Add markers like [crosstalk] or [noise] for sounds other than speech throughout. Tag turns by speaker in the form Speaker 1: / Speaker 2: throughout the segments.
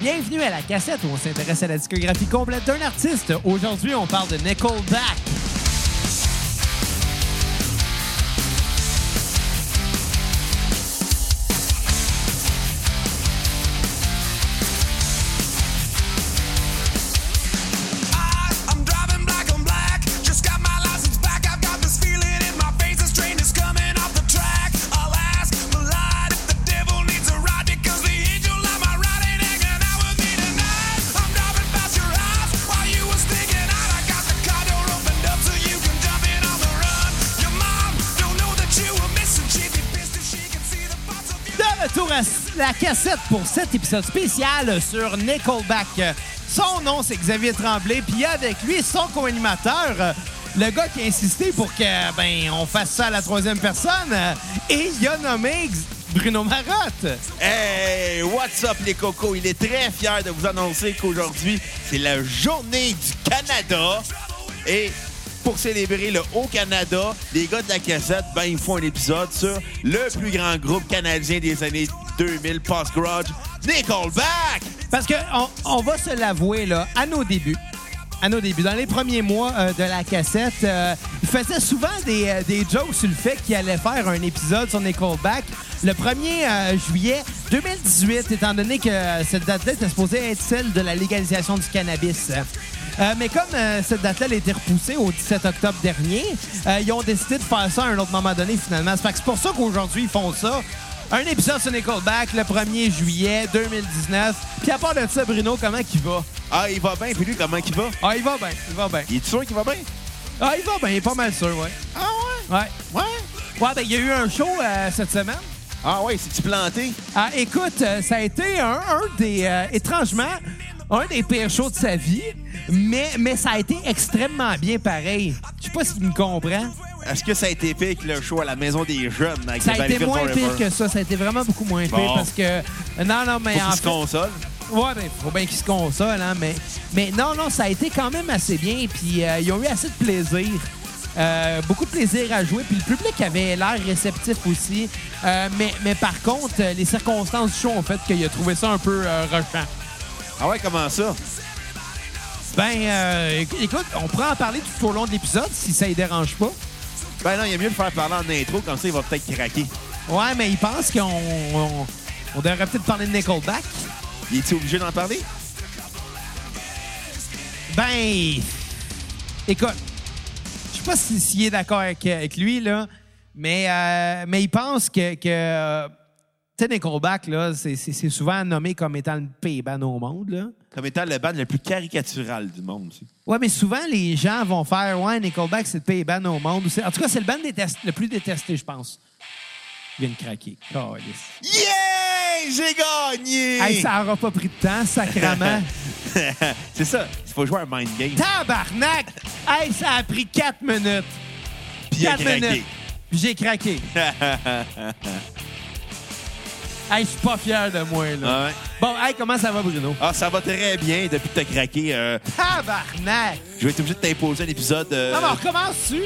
Speaker 1: Bienvenue à la cassette où on s'intéresse à la discographie complète d'un artiste. Aujourd'hui, on parle de Nickelback. De retour à la cassette pour cet épisode spécial sur Nickelback. Son nom, c'est Xavier Tremblay, puis avec lui, son co-animateur, euh, le gars qui a insisté pour que, ben, on fasse ça à la troisième personne, euh, et il a nommé X- Bruno Marotte.
Speaker 2: Hey, what's up les cocos? Il est très fier de vous annoncer qu'aujourd'hui, c'est la journée du Canada. Et pour célébrer le Haut-Canada, les gars de la cassette, ben, ils font un épisode sur le plus grand groupe canadien des années 2000, Post Garage, Nickelback!
Speaker 1: Parce que on, on va se l'avouer, là, à nos débuts, à nos débuts, dans les premiers mois euh, de la cassette, euh, il faisait souvent des, euh, des jokes sur le fait qu'il allait faire un épisode sur Nickelback le 1er euh, juillet 2018, étant donné que euh, cette date-là était supposée être celle de la légalisation du cannabis. Euh, mais comme euh, cette date-là elle a été repoussée au 17 octobre dernier, euh, ils ont décidé de faire ça à un autre moment donné, finalement. C'est fait que c'est pour ça qu'aujourd'hui, ils font ça. Un épisode sur Nickelback le 1er juillet 2019. Puis à part de ça, Bruno, comment il va?
Speaker 2: Ah, il va bien, puis lui, comment il va?
Speaker 1: Ah, il va bien, il va bien.
Speaker 2: Il est sûr qu'il va bien?
Speaker 1: Ah, il va bien, il est pas mal sûr, ouais.
Speaker 2: Ah ouais?
Speaker 1: Ouais.
Speaker 2: Ouais?
Speaker 1: Ouais, ben, il y a eu un show euh, cette semaine.
Speaker 2: Ah ouais, c'est-tu planté?
Speaker 1: Ah, écoute, euh, ça a été un, un des, euh, étrangement, un des pires shows de sa vie, mais, mais ça a été extrêmement bien pareil. Je sais pas si tu me comprends.
Speaker 2: Est-ce que ça a été pire que le show à la Maison des Jeunes? avec
Speaker 1: Ça
Speaker 2: les
Speaker 1: a été
Speaker 2: Valleyfield
Speaker 1: moins pire
Speaker 2: Forever?
Speaker 1: que ça. Ça a été vraiment beaucoup moins pire
Speaker 2: Bon.
Speaker 1: parce que. euh, Non, non, mais en
Speaker 2: Faut qu'il se
Speaker 1: fait.
Speaker 2: console.
Speaker 1: Ouais, ben, faut bien qu'ils se consolent, hein, mais, mais non, non, ça a été quand même assez bien, puis euh, ils ont eu assez de plaisir. Euh, beaucoup de plaisir à jouer, puis le public avait l'air réceptif aussi. Euh, mais, mais par contre, euh, les circonstances du show ont fait qu'il a trouvé ça un peu euh, rushant.
Speaker 2: Ah ouais, comment ça?
Speaker 1: Ben, euh, éc- écoute, on pourra en parler tout au long de l'épisode si ça ne dérange pas.
Speaker 2: Ben non, il est mieux de faire parler en intro, comme ça, il va peut-être craquer.
Speaker 1: Ouais, mais ils pensent qu'on on, on devrait peut-être parler de Nickelback.
Speaker 2: Il est obligé d'en parler?
Speaker 1: Ben, écoute, je sais pas si- s'il est d'accord avec, avec lui, là, mais, euh, mais il pense que, que euh, tu sais, Nickelback, là, c'est- c'est c'est souvent nommé comme étant le pire band au monde, là.
Speaker 2: Comme étant le band le plus caricatural du monde. tu sais.
Speaker 1: Ouais, mais souvent, les gens vont faire « Ouais, Nickelback, c'est le pire band au monde. » ou c'est- En tout cas, c'est le band détest- le plus détesté, je pense. Il vient de craquer. Calisse.
Speaker 2: Yeah! J'ai gagné!
Speaker 1: Hey,
Speaker 2: [laughs]
Speaker 1: ça aura pas pris de temps, sacrament.
Speaker 2: c'est ça. Il faut jouer à un mind game.
Speaker 1: Tabarnak! Hey, ça a pris 4 minutes.
Speaker 2: Puis il a
Speaker 1: 4
Speaker 2: craqué.
Speaker 1: minutes. Puis J'ai craqué. hey, je suis pas fier de moi, là.
Speaker 2: Ah Ouais.
Speaker 1: Bon, hey, comment ça va, Bruno?
Speaker 2: Ah, ça va très bien depuis que t'as craqué. euh,
Speaker 1: Tabarnak!
Speaker 2: je vais être obligé de t'imposer un épisode. euh,
Speaker 1: Non, mais Ah, on recommence-tu?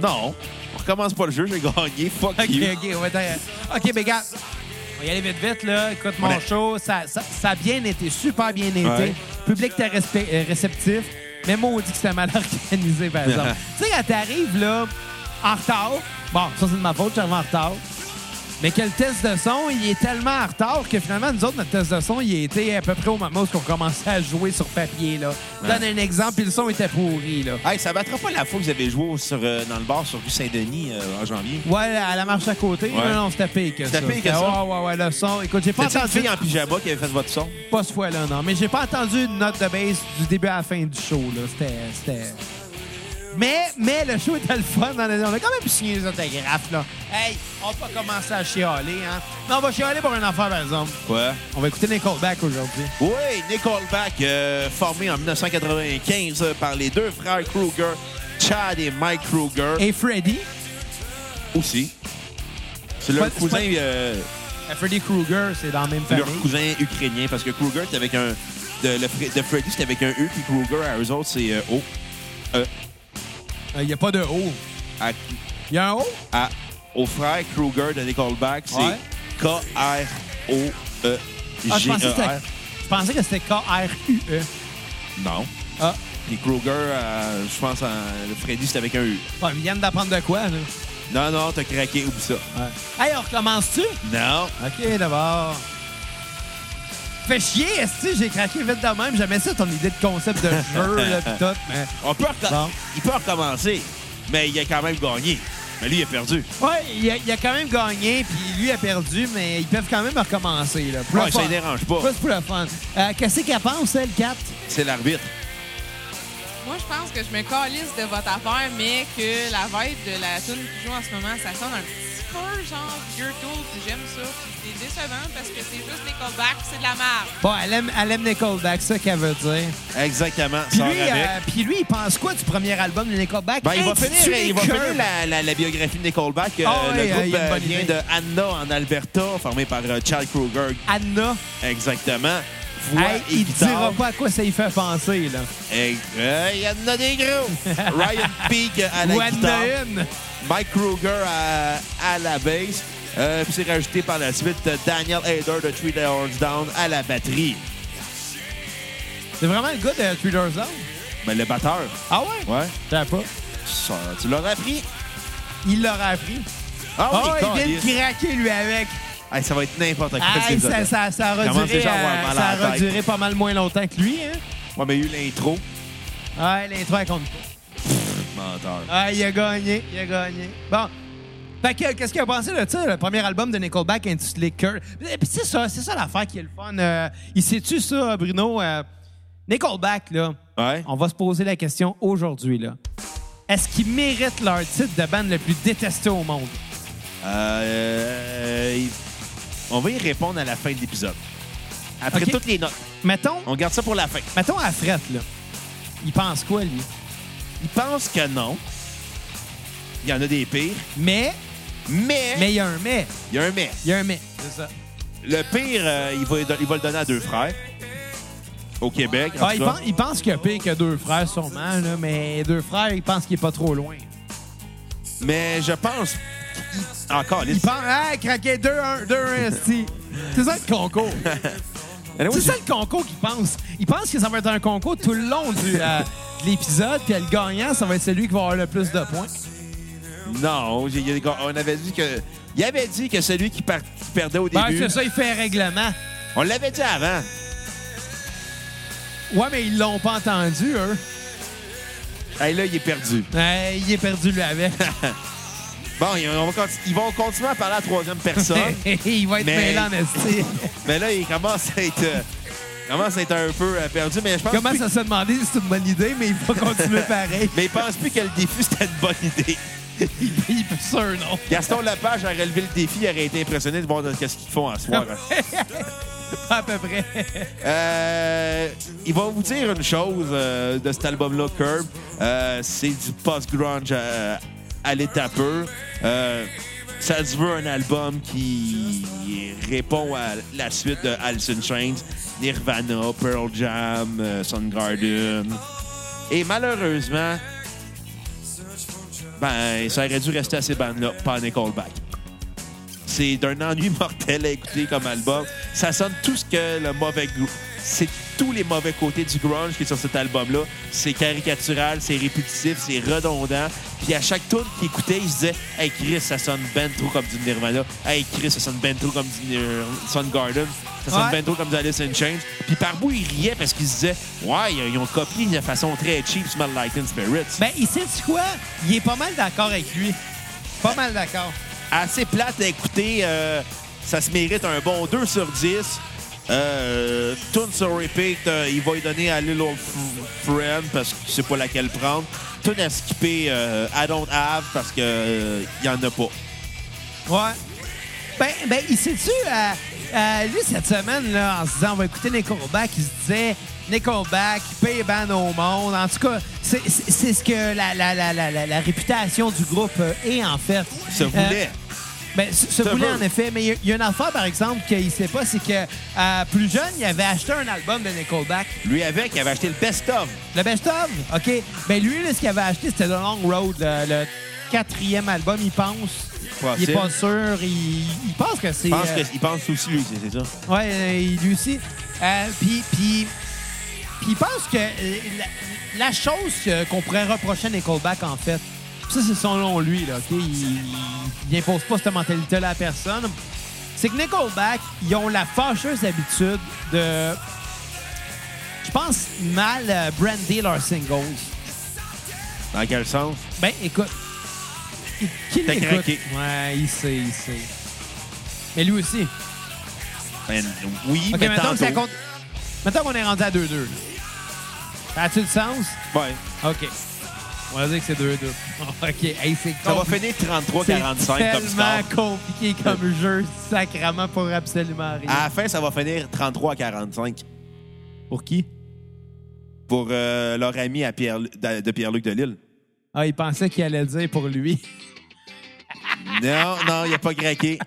Speaker 2: non. On recommence pas le jeu, j'ai gagné. Fuck
Speaker 1: OK,
Speaker 2: you.
Speaker 1: OK, on va être- OK, mais gars, on va y aller vite, vite, là. Écoute, mon
Speaker 2: Ouais.
Speaker 1: show, ça, ça, ça a bien été, super bien été.
Speaker 2: Ouais.
Speaker 1: Public était respect- euh, réceptif, mais maudit que c'était mal [laughs] organisé, par
Speaker 2: [laughs]
Speaker 1: exemple. tu sais, quand t'arrives, là, en retard, bon, ça, c'est de ma faute, je suis arrivé en retard, mais que le test de son, il est tellement en retard que finalement, nous autres, notre test de son, il a été à peu près au moment où on commençait à jouer sur papier, là. Je Donne un exemple, puis le son était pourri, là.
Speaker 2: Hey, ça battra pas la fois que vous avez joué sur, euh, dans le bar sur rue Saint-Denis euh, en janvier.
Speaker 1: Ouais, à la marche à côté,
Speaker 2: Ouais.
Speaker 1: non, non, c'était pire que ça.
Speaker 2: C'était pire que ça?
Speaker 1: Ouais, ouais, ouais, le son. Écoute, j'ai pas
Speaker 2: C'était une
Speaker 1: entendu
Speaker 2: fille en pyjama qui avait fait votre son.
Speaker 1: pas ce fois-là, non. Mais j'ai pas entendu une note de base du début à la fin du show, là. C'était... c'était- Mais, mais le show était le fun. On a, on a quand même signé les autographes, là. Hey, on va pas commencer à chialer, hein. Non, on va chialer pour un enfant, par exemple.
Speaker 2: Ouais.
Speaker 1: On va écouter les callbacks aujourd'hui.
Speaker 2: Oui, Nickelback, euh, formé en 1995 euh, par les deux frères Kruger, Chad et Mike Kruger.
Speaker 1: Et Freddy,
Speaker 2: aussi. C'est leur
Speaker 1: C'est pas- c'est
Speaker 2: cousin,
Speaker 1: pas-
Speaker 2: euh,
Speaker 1: euh, Freddy Krueger, c'est dans la même famille.
Speaker 2: leur cousin ukrainien, parce que Kruger, c'était avec un. De, le Fre- de Freddy, c'était avec un U, puis Kruger, à eux autres, c'est euh, O.
Speaker 1: Il n'y Euh, a pas de haut.
Speaker 2: À,
Speaker 1: Il y a un haut?
Speaker 2: à- au frère Kruger de Nickelback, c'est
Speaker 1: Ouais.
Speaker 2: K-R-O-E-G-E-R. E
Speaker 1: Ah, je pensais que c'était- je pensais que c'était K-R-U-E.
Speaker 2: Non.
Speaker 1: E. Ah,
Speaker 2: Puis Kruger, euh, je pense, en- le Freddy, c'était avec un U.
Speaker 1: ouais, mais il vient d'apprendre de quoi, là.
Speaker 2: Non, non, t'as craqué, oublie ça.
Speaker 1: Ouais. Hey, on recommence-tu?
Speaker 2: Non.
Speaker 1: OK, d'abord. Fait chier, est-ce que j'ai craqué vite de même? J'aimais ça, ton idée de
Speaker 2: [laughs]
Speaker 1: concept de jeu, là, pis tout. Mais...
Speaker 2: On peut reco-
Speaker 1: Bon.
Speaker 2: Il peut recommencer, mais il a quand même gagné. Mais lui, il a perdu.
Speaker 1: Ouais, il a, il a quand même gagné, puis lui a perdu, mais ils peuvent quand même recommencer, là. Pour le
Speaker 2: Ouais, ça
Speaker 1: fun.
Speaker 2: ne dérange pas.
Speaker 1: Juste pour le fun. Euh, Qu'est-ce qu'elle pense, elle, Kat?
Speaker 2: C'est l'arbitre.
Speaker 3: Moi, je pense que je me calisse de votre affaire, mais que la vibe de la tune qui joue en ce moment, ça sonne un petit peu genre vieux tour, puis j'aime ça. Puis C'est décevant parce que c'est juste des callbacks, c'est de la merde.
Speaker 1: Bon, elle aime, elle aime Nickelback, c'est ça qu'elle veut dire.
Speaker 2: Exactement.
Speaker 1: Puis
Speaker 2: Sors
Speaker 1: lui,
Speaker 2: avec.
Speaker 1: euh, puis lui, il pense quoi du premier album de Nickelback?
Speaker 2: Ben, il va
Speaker 1: Intitulé
Speaker 2: finir, il va
Speaker 1: Curb.
Speaker 2: finir la, la- la biographie de Nickelback. Euh,
Speaker 1: Ah ouais,
Speaker 2: le
Speaker 1: euh, il
Speaker 2: groupe
Speaker 1: y a une
Speaker 2: euh,
Speaker 1: bonne
Speaker 2: vient
Speaker 1: idée.
Speaker 2: de Anna en Alberta, formé par euh, Charles Kruger.
Speaker 1: Anna,
Speaker 2: Exactement. Voix
Speaker 1: hey,
Speaker 2: et
Speaker 1: il
Speaker 2: guitare.
Speaker 1: dira pas à quoi ça lui fait penser, là.
Speaker 2: Et- euh, il y en a
Speaker 1: [laughs]
Speaker 2: des gros. Ryan Peake à la
Speaker 1: Ou
Speaker 2: guitare.
Speaker 1: Anna une.
Speaker 2: Mike Kruger à, à la basse. Euh, puis c'est rajouté par la suite euh, Daniel Hader de Three Doors Down à la batterie.
Speaker 1: C'est vraiment le gars de Three Doors Down?
Speaker 2: Mais Ben, le batteur,
Speaker 1: Ah ouais?
Speaker 2: ouais,
Speaker 1: Je savais pas.
Speaker 2: ça, tu l'aurais appris.
Speaker 1: Il l'aurait appris.
Speaker 2: Ah oui,
Speaker 1: oh, il vient
Speaker 2: câlisse.
Speaker 1: de craquer, lui,
Speaker 2: [laughs]
Speaker 1: avec.
Speaker 2: Hey, ça va être n'importe quoi.
Speaker 1: Aïe,
Speaker 2: ces
Speaker 1: ça,
Speaker 2: autres.
Speaker 1: ça, ça a
Speaker 2: Il commence
Speaker 1: reduré, euh,
Speaker 2: déjà à avoir mal à
Speaker 1: ça a
Speaker 2: la tête.
Speaker 1: reduré pas mal moins longtemps que lui. Hein?
Speaker 2: Ouais, mais il y a eu l'intro.
Speaker 1: Ouais, l'intro, elle compte pas.
Speaker 2: Menteur.
Speaker 1: Ah, il a gagné, il a gagné. Bon. Fait que, qu'est-ce qu'il a pensé de ça, le premier album de Nickelback intitulé Curl? Et puis c'est ça, c'est ça l'affaire qui est le fun. Euh, il sait-tu ça, Bruno? Euh, Nickelback, là,
Speaker 2: Ouais.
Speaker 1: on va se poser la question aujourd'hui, là. Est-ce qu'ils méritent leur titre de band le plus détesté au monde?
Speaker 2: Euh, il- on va y répondre à la fin de l'épisode. Après
Speaker 1: Ok.
Speaker 2: toutes les notes.
Speaker 1: Mettons,
Speaker 2: On garde ça pour la fin.
Speaker 1: mettons à Fred, là. Il pense quoi, lui?
Speaker 2: Il pense que non. Il y en a des pires.
Speaker 1: Mais,
Speaker 2: Mais,
Speaker 1: mais il y a un mais.
Speaker 2: il y a un mais.
Speaker 1: Il y a un mais. C'est ça.
Speaker 2: Le pire, euh, il, va, il va le donner à deux frères. Au Québec. en
Speaker 1: Ah,
Speaker 2: tout
Speaker 1: il,
Speaker 2: cas.
Speaker 1: pense, il pense qu'il y a pire que deux frères, sûrement, là, mais deux frères, il pense qu'il est pas trop loin.
Speaker 2: Mais je pense. Encore,
Speaker 1: Il pense, ah, craquer 2-1, 2-1, esti. C'est ça le concours.
Speaker 2: [laughs] Ben
Speaker 1: C'est ça le concours qu'il pense. Il pense que ça va être un concours tout le long du, euh, de l'épisode, puis le gagnant, ça va être celui qui va avoir le plus de points.
Speaker 2: Non, j'ai- il y a des gars- on avait dit que. Il avait dit que celui qui, par- qui perdait au
Speaker 1: Ben,
Speaker 2: début.
Speaker 1: c'est ça, il fait un règlement.
Speaker 2: on l'avait dit avant.
Speaker 1: Ouais, mais ils l'ont pas entendu, eux.
Speaker 2: Hey, là, il est perdu.
Speaker 1: Euh, il est perdu, lui,
Speaker 2: [laughs]
Speaker 1: avec.
Speaker 2: Bon, il- on va conti- ils vont continuer à parler à la troisième personne.
Speaker 1: [laughs] il va être
Speaker 2: Mais-
Speaker 1: mêlant, esti.
Speaker 2: mais là, il commence à être. euh, commence à être un peu euh, perdu. Mais je pense.
Speaker 1: Comment
Speaker 2: plus-
Speaker 1: ça se demander si c'est une bonne idée, mais il va continuer pareil. [laughs]
Speaker 2: Mais il pense plus que le défi, [laughs] c'était une bonne idée.
Speaker 1: il peut sûr, non. [laughs]
Speaker 2: Gaston Lapage a relevé le défi, il aurait été impressionné de voir de- qu'est-ce qu'ils font à
Speaker 1: [laughs]
Speaker 2: ce soir.
Speaker 1: à peu près.
Speaker 2: Euh, il va vous dire une chose euh, de cet album-là, Curb. Euh, c'est du post-grunge à, à l'état pur. Euh, ça se veut un album qui répond à la suite de Alice in Chains, Nirvana, Pearl Jam, euh, Soundgarden. Et malheureusement, ben, ça aurait dû rester à ces bandes-là, pas à Nickelback. C'est d'un ennui [laughs] mortel à écouter comme album. Ça sonne tout ce que le mauvais grou- C'est tous les mauvais côtés du grunge qui est sur cet album-là. C'est caricatural, c'est répétitif, c'est redondant. Puis à chaque tour qu'il écoutait, il se disait Hey Chris, ça sonne ben trop comme du Nirvana. Hey Chris, ça sonne ben trop comme du Nir- Soundgarden. Ça sonne
Speaker 1: Ouais.
Speaker 2: ben trop comme du Alice in Chains. Puis par bout, il riait parce qu'il se disait Ouais, ils ont copié de façon très cheap Smell Like Teen Spirit.
Speaker 1: Ben, il sait tu quoi? Il est pas mal d'accord avec lui. Pas mal d'accord.
Speaker 2: assez plate à écouter. euh, ça se mérite un bon 2 sur 10. Euh, tune sur repeat, euh, il va y donner à Little F- Friend parce que je sais pas laquelle prendre. Tune à skipper euh, I Don't Have parce que euh, y en a pas.
Speaker 1: Ouais. Ben, ben il sait-tu, euh, euh, lui, cette semaine, là, en se disant, on va écouter Nickelback, il se disait, Nickelback, pay ban au monde. En tout cas, c'est c'est- c'est ce que la, la, la, la, la, la réputation du groupe euh, est, en fait.
Speaker 2: Se voulait.
Speaker 1: Ben, ce, ce
Speaker 2: Ça
Speaker 1: boulet,
Speaker 2: veut.
Speaker 1: en effet. Mais il y a- il y, a une affaire, par exemple, qu'il sait pas, c'est que euh, plus jeune, il avait acheté un album de Nickelback.
Speaker 2: Lui avec, il avait acheté le best of.
Speaker 1: Le best-of, OK. Ben lui, là, ce qu'il avait acheté, c'était The Long Road, le, le quatrième album, il pense. Il est
Speaker 2: Possible.
Speaker 1: pas sûr. Il, il pense que c'est...
Speaker 2: Je pense
Speaker 1: euh,
Speaker 2: que- il pense aussi lui, c'est c'est ça.
Speaker 1: Ouais, euh, il- lui aussi. Euh, puis, puis, puis il pense que euh, la, la chose que- qu'on pourrait reprocher à Nickelback, en fait, ça, c'est selon lui, là, OK? Il, il impose pas cette mentalité-là à personne. C'est que Nickelback, ils ont la fâcheuse habitude de, je pense, mal euh, brander leurs singles.
Speaker 2: Dans quel sens?
Speaker 1: Ben, écoute. il- Qui
Speaker 2: T'as
Speaker 1: l'écoute?
Speaker 2: craqué.
Speaker 1: Ouais, il sait, il sait. Mais lui aussi.
Speaker 2: Ben, oui,
Speaker 1: OK,
Speaker 2: mais
Speaker 1: maintenant
Speaker 2: tantôt.
Speaker 1: que ça compte. Maintenant qu'on est rendu à 2-2. là. As-tu le sens?
Speaker 2: Ouais.
Speaker 1: OK. On va dire que c'est 2-2. [laughs] OK. Hey, c'est
Speaker 2: Ça va
Speaker 1: compli-
Speaker 2: finir
Speaker 1: c'est
Speaker 2: 33-45 comme Euh.
Speaker 1: tellement
Speaker 2: ça.
Speaker 1: compliqué comme jeu, sacrament pour absolument rien.
Speaker 2: À la fin, ça va finir 33-45
Speaker 1: Pour qui?
Speaker 2: pour euh, leur ami à Pierre, de de Pierre-Luc Delisle.
Speaker 1: Ah, il pensait qu'il allait le dire pour lui. [laughs]
Speaker 2: Non, non, il a pas craqué.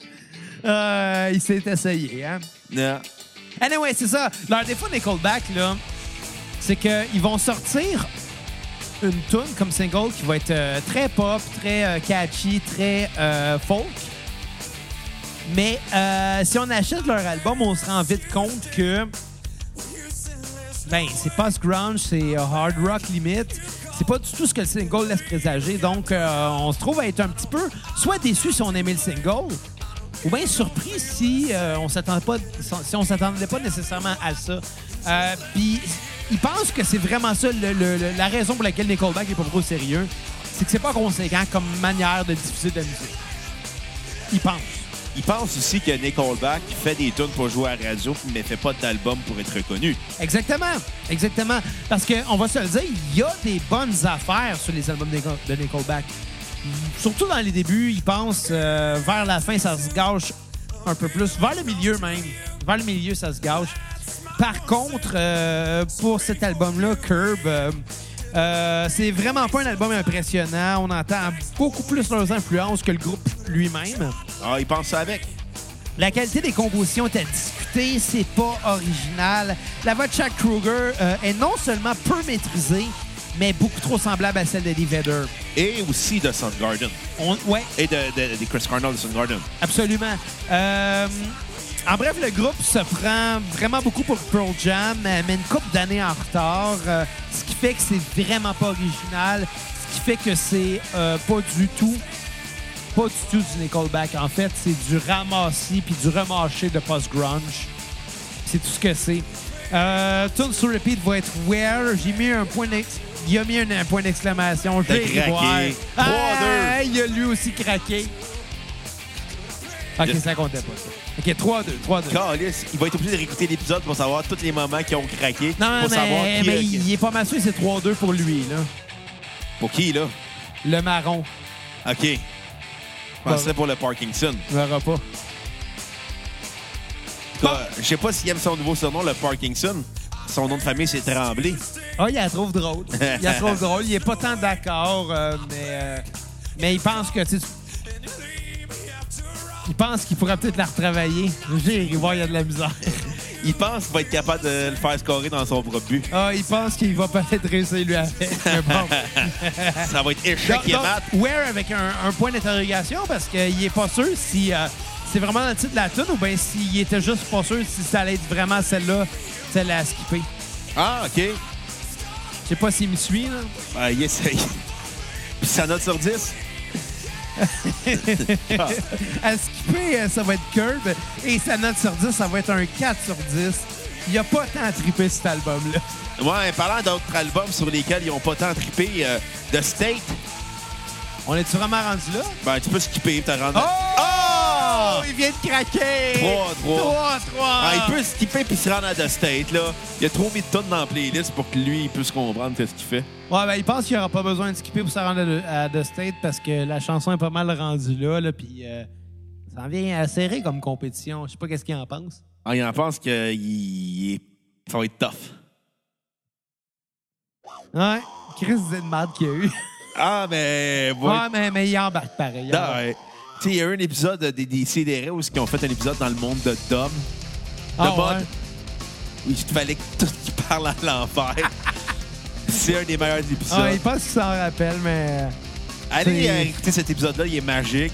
Speaker 1: Euh, il s'est essayé, hein?
Speaker 2: Non.
Speaker 1: Anyway, c'est ça. Leur défaut Nickelback, là, c'est qu'ils vont sortir une tune comme single qui va être euh, très pop, très euh, catchy, très euh, folk. Mais euh, si on achète leur album, on se rend vite compte que ben, c'est pas ce grunge, c'est euh, hard rock limite. C'est pas du tout ce que le single laisse présager. Donc, euh, on se trouve à être un petit peu soit déçu si on aimait le single, ou bien surpris si euh, on s'attend pas, si on s'attendait pas nécessairement à ça. Euh, Puis, ils pensent que c'est vraiment ça le- le- le- la raison pour laquelle Nickelback est pas trop sérieux, c'est que c'est pas conséquent comme manière de diffuser de la musique. Ils pensent.
Speaker 2: Il pense aussi que Nickelback fait des tunes pour jouer à la radio, mais fait pas d'album pour être reconnu.
Speaker 1: Exactement, exactement. Parce qu'on va se le dire, il y a des bonnes affaires sur les albums de Nickel- de Nickelback. Surtout dans les débuts, ils pensent euh, vers la fin, ça se gâche un peu plus. Vers le milieu même. Vers le milieu, ça se gâche. Par contre, euh, pour cet album-là, Curb, euh, euh, c'est vraiment pas un album impressionnant. On entend beaucoup plus leurs influences que le groupe lui-même.
Speaker 2: Ah, il pense ça avec.
Speaker 1: La qualité des compositions est à discuter, c'est pas original. La voix de Chuck Kruger euh, est non seulement peu maîtrisée, mais beaucoup trop semblable à celle d'Eddie Vedder.
Speaker 2: Et aussi de Soundgarden.
Speaker 1: On, ouais,
Speaker 2: Et de, de- de Chris Cornell de Soundgarden.
Speaker 1: absolument. Euh, en bref, le groupe se prend vraiment beaucoup pour Pearl Jam, euh, mais une couple d'années en retard, euh, ce qui fait que c'est vraiment pas original, ce qui fait que c'est euh, pas du tout, pas du tout du Nickelback. En fait, c'est du ramassis puis du remâché de post-grunge. C'est tout ce que c'est. Euh, tune sur repeat va être where. J'ai mis un point d'ex- Il a mis un, un point d'exclamation. Je
Speaker 2: T'as
Speaker 1: vais y
Speaker 2: craqué.
Speaker 1: voir.
Speaker 2: Trois,
Speaker 1: Ah, il a lui aussi craqué. Ok,
Speaker 2: Yes.
Speaker 1: ça comptait pas. ça. Ok, 3-2, 3-2.
Speaker 2: Calice, il va être obligé de réécouter l'épisode pour savoir tous les moments qui ont craqué.
Speaker 1: Non,
Speaker 2: pour savoir
Speaker 1: mais,
Speaker 2: qui,
Speaker 1: mais
Speaker 2: euh,
Speaker 1: il est pas mal sûr que c'est 3-2 pour lui, là.
Speaker 2: Pour qui, là?
Speaker 1: Le marron,
Speaker 2: OK. Je penserais pour le Parkinson.
Speaker 1: on verra pas.
Speaker 2: En tout cas, Je sais pas s'il aime son nouveau surnom, le Parkinson. Son nom de famille, c'est Tremblay.
Speaker 1: Ah, il la trouve drôle. Il la trouve drôle. Il est pas tant d'accord, euh, mais, euh, mais il pense que, tu sais, il pense qu'il pourrait peut-être la retravailler. J'ai ri voir, il y a de la misère.
Speaker 2: Il pense qu'il va être capable de le faire scorer dans son propre but.
Speaker 1: Ah, il pense qu'il va peut-être réussir lui [laughs] avec. Mais bon.
Speaker 2: Ça va être échec
Speaker 1: Donc,
Speaker 2: et
Speaker 1: donc,
Speaker 2: mat.
Speaker 1: Where avec un, un point d'interrogation parce qu'il est pas sûr si euh, c'est vraiment dans le titre de la tune ou bien s'il était juste pas sûr si ça allait être vraiment celle-là, celle à skipper.
Speaker 2: Ah, OK.
Speaker 1: Je sais pas s'il me suit, là.
Speaker 2: Ah, il essaye. [laughs] Puis sa note sur 10?
Speaker 1: À skipper, euh, ça va être Curb. Et sa note sur 10, ça va être un 4 sur 10. Il a pas tant trippé cet album-là.
Speaker 2: Ouais, parlant d'autres albums sur lesquels ils ont pas tant trippé, euh, The State,
Speaker 1: On est-tu vraiment rendu là?
Speaker 2: ben, tu peux skipper, te rendre.
Speaker 1: Oh!
Speaker 2: Ah!
Speaker 1: Il vient de craquer!
Speaker 2: Trois, trois.
Speaker 1: 3, 3.
Speaker 2: Ah, il peut skipper puis se rendre à The State, là. Il a trop mis de tonnes dans la playlist pour que lui, il puisse comprendre ce qu'il fait.
Speaker 1: Ouais, ben, il pense qu'il n'y aura pas besoin de skipper pour se rendre à, à The State parce que la chanson est pas mal rendue là, là puis euh, ça en vient à serrer comme compétition. Je sais pas qu'est-ce qu'il en pense.
Speaker 2: Ah, il en pense que il- il- ça va être tough.
Speaker 1: Ouais, Chris disait de merde qu'il y a eu.
Speaker 2: Ah, mais...
Speaker 1: Ouais,
Speaker 2: moi-
Speaker 1: mais, mais il embarque pareil. il
Speaker 2: Ah,
Speaker 1: embarque.
Speaker 2: ouais. Tu sais, il y a eu un épisode des, des CDR où ils ont fait un épisode dans le monde de Dom.
Speaker 1: Ah,
Speaker 2: de
Speaker 1: ouais.
Speaker 2: mode où il fallait que tout qui parle à
Speaker 1: [laughs]
Speaker 2: l'enfer. C'est un des meilleurs épisodes.
Speaker 1: Ah, il pense qu'il s'en rappelle, mais.
Speaker 2: Allez
Speaker 1: c'est-
Speaker 2: euh, écouter cet épisode-là, il est magique.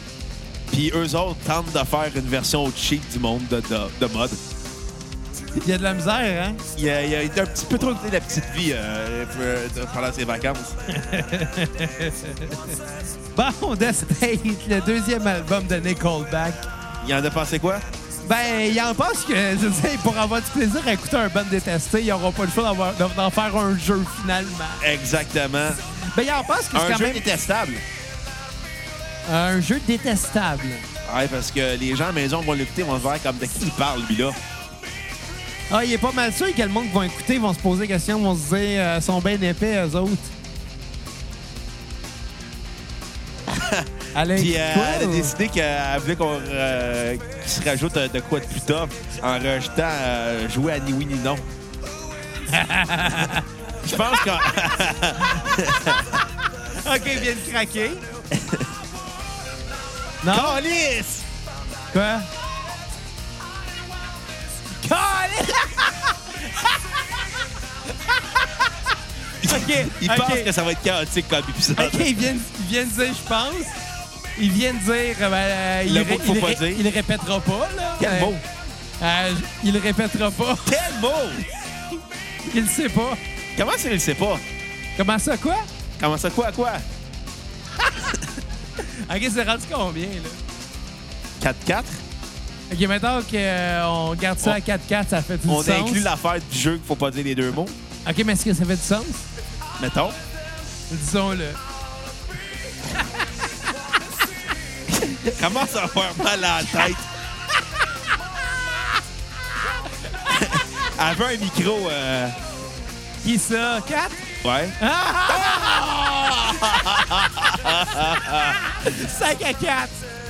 Speaker 2: Puis eux autres tentent de faire une version cheap du monde de, de, de mode.
Speaker 1: Il y a de la misère, hein?
Speaker 2: Il a, il a été un petit peu trop écouté la petite vie euh, pour- euh, pendant ses vacances.
Speaker 1: Bon, The State, le deuxième album de Nickelback.
Speaker 2: Il en a pensé quoi?
Speaker 1: Ben, il en pense que, je sais, pour avoir du plaisir à écouter un band détesté, ils n'auront pas le choix d'avoir- d'en faire un jeu, finalement.
Speaker 2: Exactement.
Speaker 1: Ben, il en pense que c'est
Speaker 2: Un
Speaker 1: quand
Speaker 2: jeu
Speaker 1: même
Speaker 2: détestable.
Speaker 1: un jeu détestable.
Speaker 2: Ouais, parce que les gens à la maison vont l'écouter, vont se faire comme de qui il parle, lui, là.
Speaker 1: Ah, il est pas mal sûr que le monde qui va écouter vont se poser des questions, vont se dire, euh, sont bien épais, eux
Speaker 2: [laughs]
Speaker 1: autres. Alain,
Speaker 2: Puis euh,
Speaker 1: quoi,
Speaker 2: elle a
Speaker 1: ou-
Speaker 2: décidé qu'elle voulait qu'on euh, qu'il se rajoute euh, de quoi de plus top en rejetant euh, jouer à Ni Oui Ni [laughs] Non. Je pense que
Speaker 1: OK, il vient de craquer. non?
Speaker 2: [laughs] Calice!
Speaker 1: Quoi? Calice! OK,
Speaker 2: Il
Speaker 1: OK.
Speaker 2: pense que ça va être chaotique comme épisode.
Speaker 1: OK, il vient, il vient de dire, je pense. Il vient de dire, euh, ben, euh, il,
Speaker 2: Le
Speaker 1: le
Speaker 2: mot qu'il faut
Speaker 1: il,
Speaker 2: pas
Speaker 1: ré-
Speaker 2: dire.
Speaker 1: il le répétera pas, là.
Speaker 2: Quel
Speaker 1: Euh,
Speaker 2: mot?
Speaker 1: euh, j- il le répétera pas. [laughs]
Speaker 2: Quel mot?
Speaker 1: Il le sait pas.
Speaker 2: Comment ça, il le sait pas?
Speaker 1: Comment ça, quoi?
Speaker 2: Comment ça, quoi, quoi?
Speaker 1: OK, c'est rendu combien, là?
Speaker 2: 4-4?
Speaker 1: OK, maintenant qu'on garde ça à 4-4, ça fait du
Speaker 2: On
Speaker 1: sens.
Speaker 2: inclut l'affaire du jeu qu'il faut pas dire les deux mots.
Speaker 1: OK, mais est-ce que ça fait du sens?
Speaker 2: Mettons.
Speaker 1: Disons-le.
Speaker 2: Comment ça va faire mal à la tête? Elle veut un micro. euh,
Speaker 1: Qui ça? 4?
Speaker 2: Ouais.
Speaker 1: Ah! 5 à 4.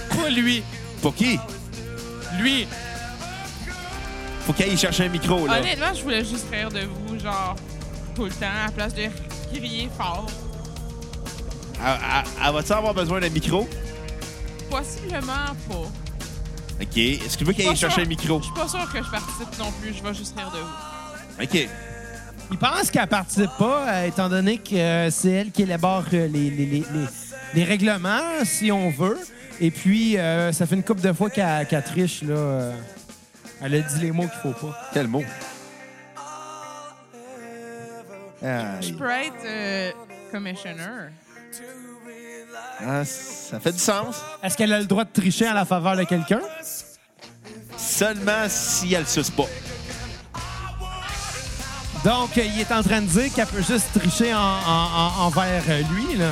Speaker 1: Pour lui.
Speaker 2: Pour qui?
Speaker 1: Lui.
Speaker 2: Faut qu'elle aille chercher un micro, là.
Speaker 3: Honnêtement, je voulais juste rire de vous, genre, tout le temps, à la place de crier fort.
Speaker 2: Elle- Elle elle va-tu avoir besoin d'un micro?
Speaker 3: Possiblement pas.
Speaker 2: OK. Est-ce que tu veux qu'elle
Speaker 3: Pas
Speaker 2: aille chercher
Speaker 3: sûr.
Speaker 2: un micro?
Speaker 3: Je suis pas sûre que je participe non plus, je vais juste rire de vous.
Speaker 2: OK.
Speaker 1: Il pense qu'elle participe pas, euh, étant donné que euh, c'est elle qui élabore euh, les, les, les, les- les règlements, si on veut. Et puis, euh, ça fait une couple de fois qu'elle qu'elle triche, là. euh, Elle a dit les mots qu'il faut pas.
Speaker 2: Quel mot?
Speaker 3: Je
Speaker 2: Aïe.
Speaker 3: peux être euh, commissioner.
Speaker 2: Ah, ça fait du sens.
Speaker 1: Est-ce qu'elle a le droit de tricher à la faveur de quelqu'un?
Speaker 2: Seulement si elle suce pas.
Speaker 1: Donc, euh, il est en train de dire qu'elle peut juste tricher en- en- en- envers euh, lui, là.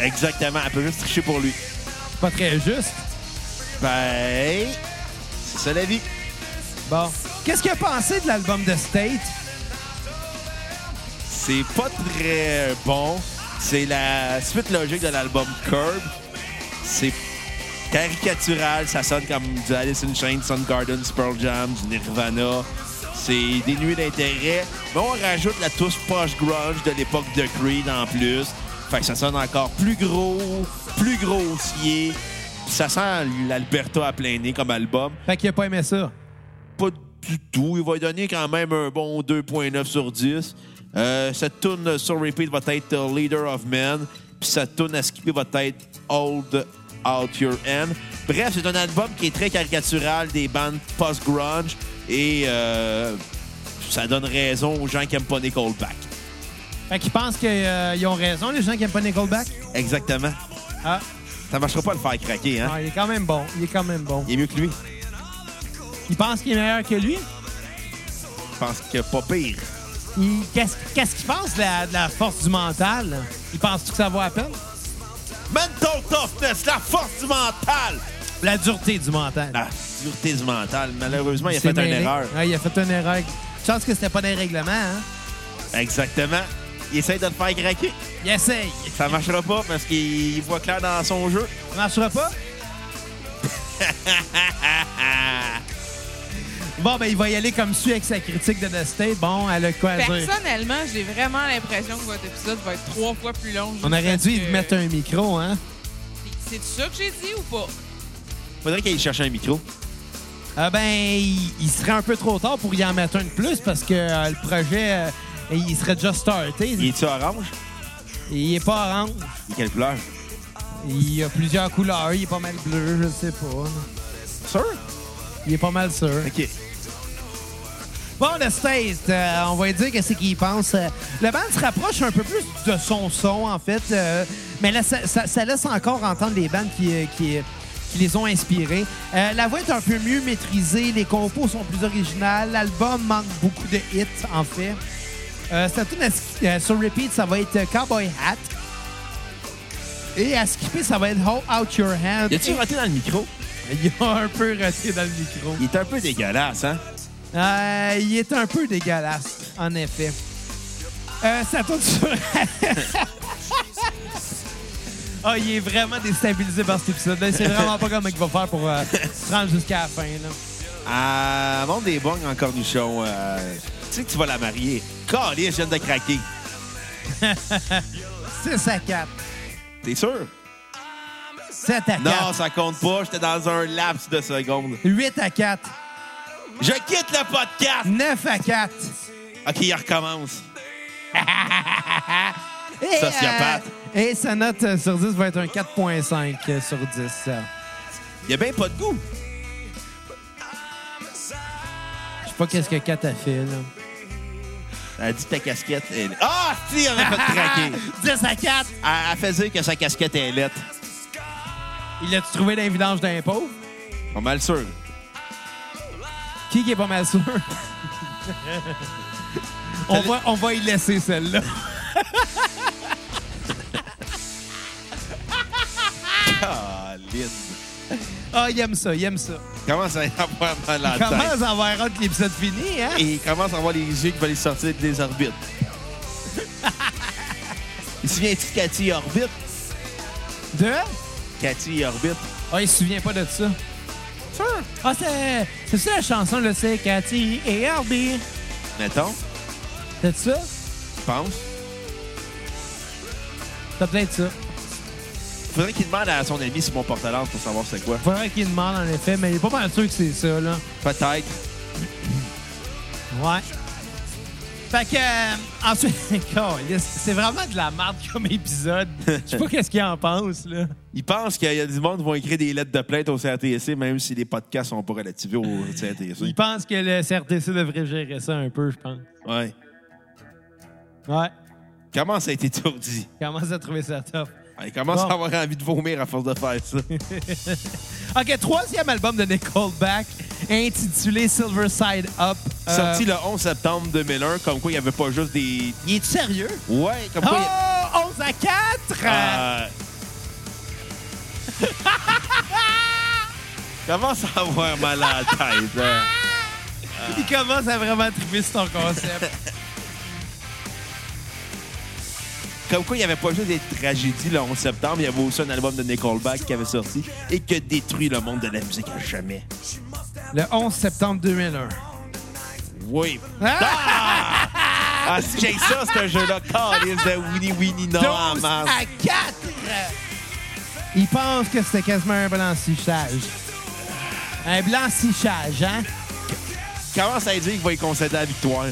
Speaker 2: Exactement. Elle peut juste tricher pour lui.
Speaker 1: C'est pas très juste.
Speaker 2: Ben, c'est ça la vie.
Speaker 1: Bon. Qu'est-ce qu'il a pensé de l'album de State?
Speaker 2: C'est pas très bon. C'est la suite logique de l'album Curb. C'est caricatural. Ça sonne comme du Alice in Chains, Sun Garden, Pearl Jam, du Nirvana. C'est dénué d'intérêt. Mais on rajoute la touche post-grunge de l'époque de Creed en plus. Fait que ça sonne encore plus gros, plus grossier. Ça sent l'Alberta à plein nez comme album.
Speaker 1: Fait qu'il a pas aimé ça.
Speaker 2: pas du tout. Il va donner quand même un bon 2.9 sur 10. Euh, cette tune sur repeat va être euh, Leader of Men. Puis cette tune à skipper va être Old Out Your End. Bref, c'est un album qui est très caricatural des bandes post-grunge. Et euh, ça donne raison aux gens qui aiment pas Nickelback.
Speaker 1: Fait qu'il pense qu'ils ont raison, les gens qui aiment pas Nickelback.
Speaker 2: Exactement.
Speaker 1: Ah,
Speaker 2: Ça marchera pas de le faire craquer, hein?
Speaker 1: ah, il est quand même bon. Il est quand même bon.
Speaker 2: Il est mieux que lui.
Speaker 1: Il pense qu'il est meilleur que lui?
Speaker 2: Je pense que pas pire.
Speaker 1: Il- Qu'est-ce qu'est-ce qu'il pense de la, de la force du mental? là? Il pense que ça vaut à peine?
Speaker 2: Mental toughness, la force du mental!
Speaker 1: La dureté du mental.
Speaker 2: La dureté du mental. Malheureusement, Ah, il a
Speaker 1: C'est
Speaker 2: fait une
Speaker 1: mêlé.
Speaker 2: erreur.
Speaker 1: Ouais, il a fait une erreur. Je pense que c'était pas des règlements. Hein?
Speaker 2: Ah. Exactement. Il essaie de le faire craquer.
Speaker 1: Il essaye.
Speaker 2: Ça marchera pas parce qu'il voit clair dans son jeu.
Speaker 1: Ça marchera
Speaker 2: [laughs]
Speaker 1: pas? Bon, ben, il va y aller comme suit avec sa critique de The State. Bon, elle a quoi à dire?
Speaker 3: Personnellement, j'ai vraiment l'impression que votre épisode va être trois fois plus long.
Speaker 1: On aurait dû y mettre un micro, hein?
Speaker 3: C'est ça que j'ai dit ou pas?
Speaker 2: Faudrait qu'il cherche un micro.
Speaker 1: Ah ben, il, il serait un peu trop tard pour y en mettre un de plus parce que euh, le projet, euh, il serait déjà starté.
Speaker 2: Il est-tu orange?
Speaker 1: Il est pas orange.
Speaker 2: Il est quelle couleur?
Speaker 1: Il a plusieurs couleurs. Il est pas mal bleu, je sais pas.
Speaker 2: Sûr?
Speaker 1: Il est pas mal sûr.
Speaker 2: OK.
Speaker 1: Bon, le State, euh, on va lui dire que c'est qu'il pense. Euh, Le band se rapproche un peu plus de son son, en fait. euh, mais là, ça, ça- ça laisse encore entendre les bandes qui, euh, qui, euh, qui les ont inspirés. Euh, la voix est un peu mieux maîtrisée, les compos sont plus originales, l'album manque beaucoup de hits, en fait. Euh, ça tourne à sk- euh, sur repeat, ça va être Cowboy Hat. Et à skipper, ça va être Hold Out Your Hand.
Speaker 2: Y a-tu raté dans le micro?
Speaker 1: [laughs] Il a un peu raté dans le micro.
Speaker 2: Il est un peu dégueulasse, hein?
Speaker 1: Euh, il est un peu dégueulasse, en effet. Euh, ça tourne sur. [laughs] Ah, il est vraiment déstabilisé par cet épisode-là. C'est vraiment pas comment il va faire pour euh, se rendre jusqu'à la fin. Là.
Speaker 2: Ah, monte des bongs en cornichon. euh, tu sais que tu vas la marier. Calé, je viens de craquer.
Speaker 1: 6 à 4,
Speaker 2: T'es sûr?
Speaker 1: 7 à
Speaker 2: Non,
Speaker 1: 4,
Speaker 2: ça compte pas. J'étais dans un laps de secondes.
Speaker 1: 8 à 4,
Speaker 2: Je quitte le podcast!
Speaker 1: 9 à 4.
Speaker 2: OK, il recommence.
Speaker 1: Et,
Speaker 2: Sociopathe.
Speaker 1: euh, et sa note euh, sur 10 va être un 4,5 sur 10. euh.
Speaker 2: Il y a bien pas de goût.
Speaker 1: Je sais pas qu'est-ce que 4 a fait. Là.
Speaker 2: Elle dit que ta casquette est... Ah, si, on a
Speaker 1: [laughs]
Speaker 2: fait craquer. [laughs]
Speaker 1: 10 à 4.
Speaker 2: Elle, elle fait dire que sa casquette est lette.
Speaker 1: Il a-tu trouvé dans les vidanges d'un pauvre?
Speaker 2: Pas mal sûr.
Speaker 1: Qui qui est pas mal [laughs] sûr? on, va, on va y laisser celle-là.
Speaker 2: Caline.
Speaker 1: Ah, il aime ça, il aime ça.
Speaker 2: Commence à y avoir mal à la
Speaker 1: Comment
Speaker 2: tête.
Speaker 1: ça va être que l'épisode fini, hein?
Speaker 2: Et il commence à avoir les yeux qui vont les sortir des orbites. [laughs] il se souvient-tu de Cathy Orbite?
Speaker 1: De?
Speaker 2: Cathy Orbite.
Speaker 1: Ah, il se souvient pas de ça. Sûr. Ah, c'est c'est ça la chanson, là, c'est Cathy et Herbie.
Speaker 2: Mettons,
Speaker 1: C'est ça?
Speaker 2: je pense.
Speaker 1: Ça peut être ça.
Speaker 2: Faudrait qu'il demande à son ami Simon Portalance pour savoir c'est quoi.
Speaker 1: Faudrait qu'il demande, en effet, mais il est pas mal sûr que c'est ça, là.
Speaker 2: Peut-être.
Speaker 1: Ouais. Fait que, euh, ensuite, [laughs] Caliste, c'est vraiment de la merde comme [laughs] épisode. Je sais pas qu'est-ce qu'il en pense, là.
Speaker 2: Il pense qu'il y a du monde qui vont écrire des lettres de plainte au CRTC, même si les podcasts sont pas relativés au
Speaker 1: Il
Speaker 2: CRTC.
Speaker 1: pense que le CRTC devrait gérer ça un peu, je pense.
Speaker 2: Ouais.
Speaker 1: Ouais.
Speaker 2: Comment ça a été tourdi?
Speaker 1: Commence à trouver ça top.
Speaker 2: Il commence
Speaker 1: Bon.
Speaker 2: à avoir envie de vomir à force de faire ça.
Speaker 1: OK, troisième album de Nickelback, intitulé Silver Side Up. Euh,
Speaker 2: Sorti le 11 septembre 2001, comme quoi il n'y avait pas juste des.
Speaker 1: Il est sérieux? Ah.
Speaker 2: Ouais, comme
Speaker 1: Oh,
Speaker 2: quoi. il y a-
Speaker 1: 11 à 4!
Speaker 2: Euh, [laughs] Commence à avoir mal à la tête. hein.
Speaker 1: Euh, Il commence à vraiment triper sur ton concept.
Speaker 2: Comme quoi, il n'y avait pas juste des tragédies le 11 septembre, il y avait aussi un album de Nickelback qui avait sorti et qui a détruit le monde de la musique à jamais.
Speaker 1: [laughs] le 11 septembre 2001.
Speaker 2: Oui.
Speaker 1: Ah!
Speaker 2: Ah, si j'ai ça, ce jeu-là, Carlis de Winnie Winnie, non, en
Speaker 1: 12
Speaker 2: masse.
Speaker 1: à 4! ah, Il pense que c'était quasiment un blanchissage. Un blanchissage, hein?
Speaker 2: Commence à dire qu'il va y concéder la victoire.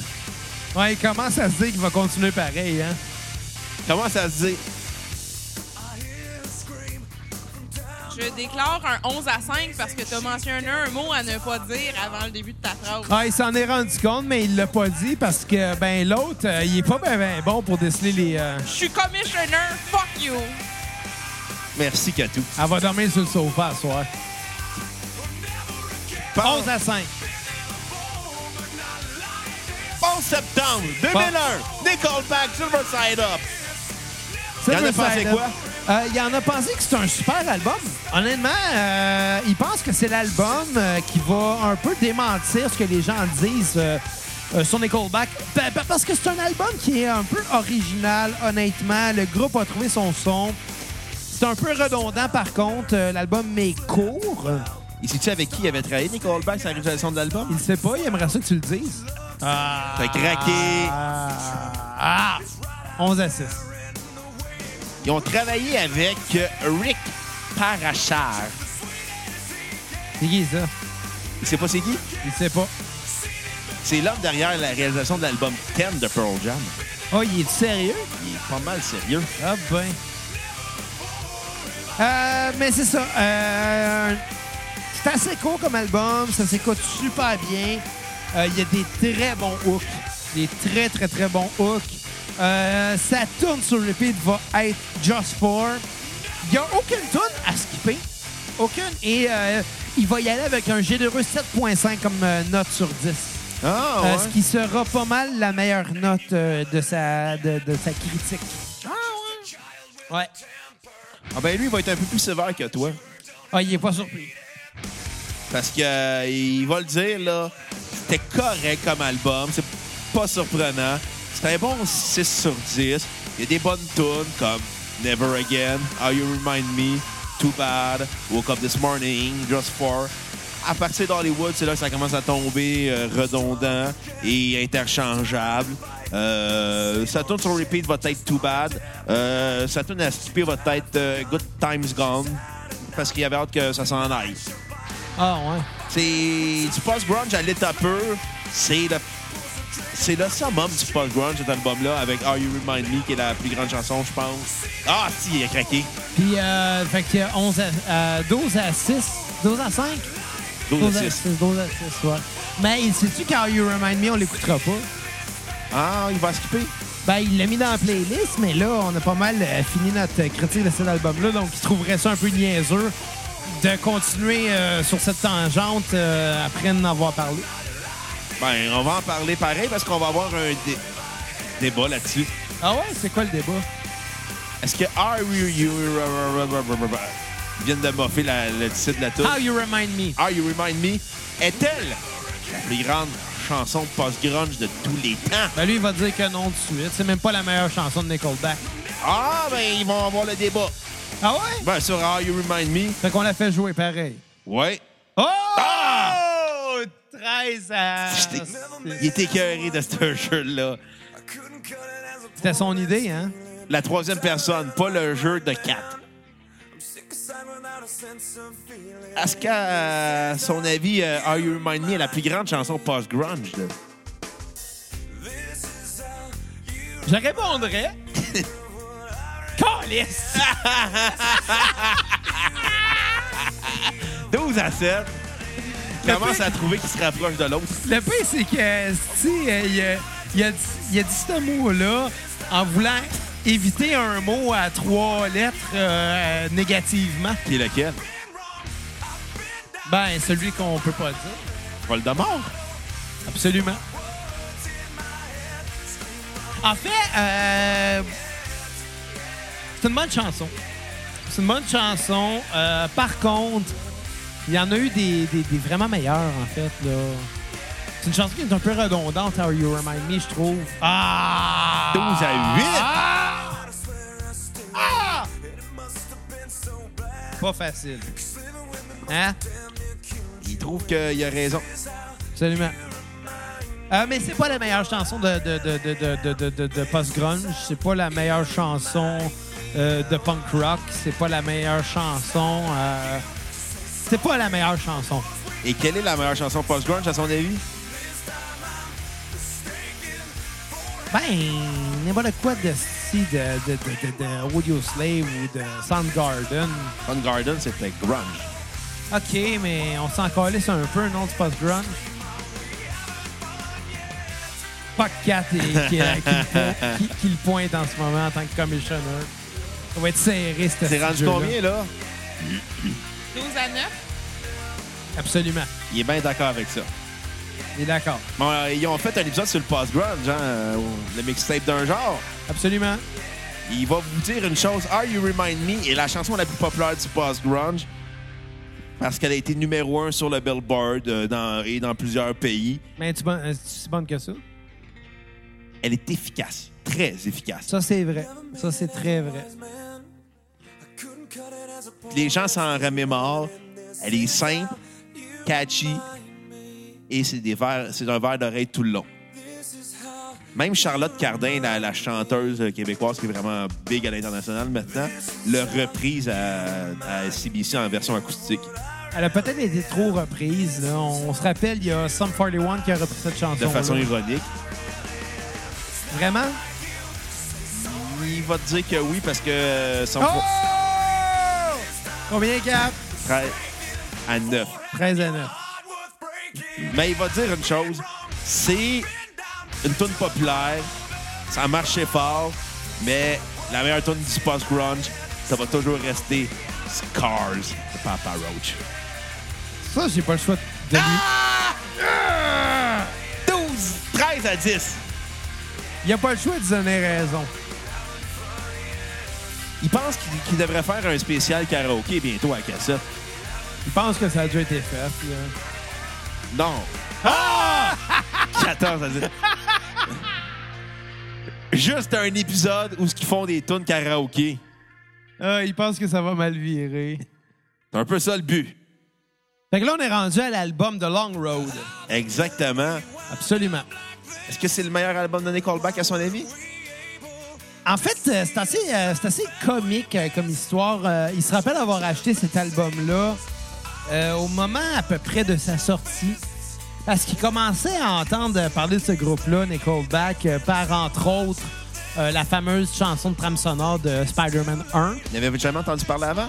Speaker 1: Ouais, il commence à se dire qu'il va continuer pareil, hein?
Speaker 2: Commence à se dire,
Speaker 3: Je déclare un 11 à 5 parce que tu as mentionné un mot à ne pas dire avant le début de ta phrase.
Speaker 1: Ah, il s'en est rendu compte, mais il l'a pas dit parce que, ben, l'autre, euh, il est pas ben, ben bon pour déceler les. euh,
Speaker 3: Je suis commissioner, fuck you!
Speaker 2: merci Katou.
Speaker 1: Elle va dormir sur le sofa ce soir. 11 à 5.
Speaker 2: 11 septembre 2001, Nickelback, Silver Side Up.
Speaker 1: Ça,
Speaker 2: Il en
Speaker 1: je
Speaker 2: a
Speaker 1: le
Speaker 2: pensé
Speaker 1: savais.
Speaker 2: quoi?
Speaker 1: Euh, il en a pensé que c'est un super album. Honnêtement, euh, il pense que c'est l'album euh, qui va un peu démentir ce que les gens disent euh, euh, sur Nickelback. Pa- pa- Parce que c'est un album qui est un peu original, honnêtement. Le groupe a trouvé son son. C'est un peu redondant, par contre. Euh, L'album est court.
Speaker 2: Et sais-tu avec qui il avait travaillé Nickelback sur la réalisation de l'album?
Speaker 1: Il sait pas, il aimerait ça que tu le dises. Ah!
Speaker 2: T'as craqué.
Speaker 1: Ah! 11 à 6.
Speaker 2: Ils ont travaillé avec euh, Rick Parachar.
Speaker 1: C'est qui ça?
Speaker 2: Tu sais pas c'est qui?
Speaker 1: Il sait pas.
Speaker 2: C'est l'homme derrière la réalisation de l'album 10 de Pearl Jam.
Speaker 1: Oh, il est sérieux?
Speaker 2: Il est pas mal sérieux.
Speaker 1: Ah ben. Euh, mais c'est ça. euh, c'est assez court comme album. Ça s'écoute super bien. Euh, Il y a des très bons hooks. Des très, très, très bons hooks. Euh, sa tourne sur repeat va être Just For. Il n'y a aucune tourne à skipper. Aucune. Et euh, il va y aller avec un généreux 7.5 comme euh, note sur 10.
Speaker 2: Ah,
Speaker 1: Euh,
Speaker 2: ouais.
Speaker 1: ce qui sera pas mal la meilleure note euh, de, sa, de, de sa critique.
Speaker 3: Ah ouais?
Speaker 1: Ouais.
Speaker 2: Ah, ben lui, il va être un peu plus sévère que toi.
Speaker 1: Ah, il est pas surpris.
Speaker 2: Parce que euh, il va le dire, là, c'était correct comme album. C'est pas surprenant. C'est un bon 6 sur 10. Il y a des bonnes tunes comme Never Again, How You Remind Me, Too Bad, Woke Up This Morning, Just For. À partir d'Hollywood, c'est là que ça commence à tomber euh, redondant et interchangeable. Euh, sa tune sur repeat va être Too Bad. Euh, sa tune à skipper va être euh, Good Times Gone parce qu'il avait hâte que ça s'en aille.
Speaker 1: Ah, ouais.
Speaker 2: C'est du post-grunge à l'état pur. C'est le c'est le summum du post-grunge, cet album-là, avec Are You Remind Me, qui est la plus grande chanson, je pense. Ah, si, il a craqué.
Speaker 1: Puis, euh, fait que 11 à, euh, 12 à 6, 12 à 5,
Speaker 2: 12 à 6.
Speaker 1: 12 à 6, ouais. Mais sais-tu quand You Remind Me, on l'écoutera pas?
Speaker 2: Ah, il va skipper.
Speaker 1: Ben, il l'a mis dans la playlist, mais là, on a pas mal euh, fini notre euh, critique de cet album-là, donc il trouverait ça un peu niaiseux de continuer euh, sur cette tangente euh, après en avoir parlé.
Speaker 2: Ben, on va en parler pareil parce qu'on va avoir un dé- débat là-dessus.
Speaker 1: Ah ouais? C'est quoi le débat?
Speaker 2: Est-ce que Are You... you ils viennent de moffer la- le titre de la tune.
Speaker 1: How You Remind Me.
Speaker 2: Are You Remind Me est-elle la plus grande chanson post-grunge de tous les temps?
Speaker 1: Ben lui, il va dire que non tout de suite. C'est même pas la meilleure chanson de Nickelback.
Speaker 2: Ah, ben, ils vont avoir le débat.
Speaker 1: Ah ouais?
Speaker 2: Ben, sur Are You Remind Me,
Speaker 1: Fait qu'on la fait jouer pareil.
Speaker 2: ouais.
Speaker 1: Oh!
Speaker 2: Ah!
Speaker 1: 13 à...
Speaker 2: J'étais- Il était écœuré de ce jeu-là.
Speaker 1: C'était son idée, hein?
Speaker 2: La troisième personne, pas le jeu de quatre. Est-ce qu'à euh, son avis, euh, Are You Remind Me est la plus grande chanson post-grunge? là?
Speaker 1: Je [laughs] répondrais... Calice!
Speaker 2: 12 à 7. Commence à trouver qu'il se rapproche de l'autre.
Speaker 1: Le pire, c'est que, tu sais, il a, il a dit- il a dit ce mot-là en voulant éviter un mot à trois lettres euh, négativement.
Speaker 2: Qui est lequel?
Speaker 1: Ben, celui qu'on peut pas dire.
Speaker 2: Voldemort.
Speaker 1: Absolument. En fait, euh, c'est une bonne chanson. C'est une bonne chanson. Euh, par contre, il y en a eu des, des- des vraiment meilleurs, en fait. là. C'est une chanson qui est un peu redondante, How You Remind Me, je trouve. Ah!
Speaker 2: 12 à 8.
Speaker 1: Ah! Ah! Pas facile. Hein?
Speaker 2: Il trouve qu'il a raison.
Speaker 1: Absolument. Euh, mais c'est pas la meilleure chanson de, de, de, de, de, de, de, de post-grunge. C'est pas la meilleure chanson euh, de punk rock. C'est pas la meilleure chanson. euh, C'est pas la meilleure chanson.
Speaker 2: Et quelle est la meilleure chanson post-grunge à son avis?
Speaker 1: Ben, n'importe quoi de style de, de, de, de, de Audio Slave ou de Soundgarden.
Speaker 2: Fun Garden, c'était grunge.
Speaker 1: Bah, OK, mais on s'en calisse un peu, non, du post-grunge. Pas Cat et, qui, qui le po- qui- qui le pointe en ce moment en tant que commissioner. Ça va être serré, ce
Speaker 2: C'est rendu
Speaker 1: jeu-là.
Speaker 2: combien, là?
Speaker 3: 12 à 9?
Speaker 1: Absolument.
Speaker 2: Il est bien d'accord avec ça.
Speaker 1: Il est d'accord.
Speaker 2: Bon, euh, ils ont fait un épisode sur le post-grunge, hein, euh, le mixtape d'un genre.
Speaker 1: Absolument.
Speaker 2: Il va vous dire une chose. Are You Remind Me est la chanson la plus populaire du post-grunge parce qu'elle a été numéro un sur le Billboard euh, dans- et dans plusieurs pays.
Speaker 1: Mais tu bon- euh, c'est si bonne que ça?
Speaker 2: Elle est efficace, très efficace.
Speaker 1: Ça, c'est vrai. Ça, c'est très vrai.
Speaker 2: Les gens s'en remémorent. Elle est simple, catchy et c'est des vers- c'est un verre d'oreille tout le long. Même Charlotte Cardin, la, la chanteuse québécoise qui est vraiment big à l'international maintenant, l'a reprise à, à CBC en version acoustique.
Speaker 1: Elle a peut-être été trop reprise. là. On, on se rappelle, il y a Sum 41 qui a repris cette chanson.
Speaker 2: De façon ironique.
Speaker 1: Vraiment?
Speaker 2: Il va te dire que oui parce que euh, son
Speaker 1: Oh! Combien, Cap?
Speaker 2: 13 à 9.
Speaker 1: 13 à 9.
Speaker 2: Mais il va te dire une chose. C'est une tune populaire, ça marchait fort, mais la meilleure tune du post-grunge, ça va toujours rester Scars de Papa Roach.
Speaker 1: Ça, j'ai pas le choix de...
Speaker 2: 12, 13 Ah! à 10.
Speaker 1: Il a pas le choix de donner raison.
Speaker 2: Il pense qu'il qu'il devrait faire un spécial karaoké bientôt à cassette.
Speaker 1: Il pense que ça a déjà été fait. là.
Speaker 2: Non. Ah! 14 à 10. Juste un épisode où ce qu'ils font des tunes karaoké.
Speaker 1: Ah, il pense que ça va mal virer.
Speaker 2: C'est un peu ça le but.
Speaker 1: Fait que là, on est rendu à l'album de Long Road.
Speaker 2: Exactement.
Speaker 1: Absolument.
Speaker 2: Est-ce que c'est le meilleur album de Nickelback à son avis?
Speaker 1: En fait, euh, c'est assez, euh, c'est assez comique euh, comme histoire. Euh, il se rappelle avoir acheté cet album-là euh, au moment à peu près de sa sortie. Parce qu'il commençait à entendre parler de ce groupe-là, Nickelback, euh, par entre autres euh, la fameuse chanson de trame sonore de Spider-Man 1.
Speaker 2: Il n'avait jamais entendu parler avant?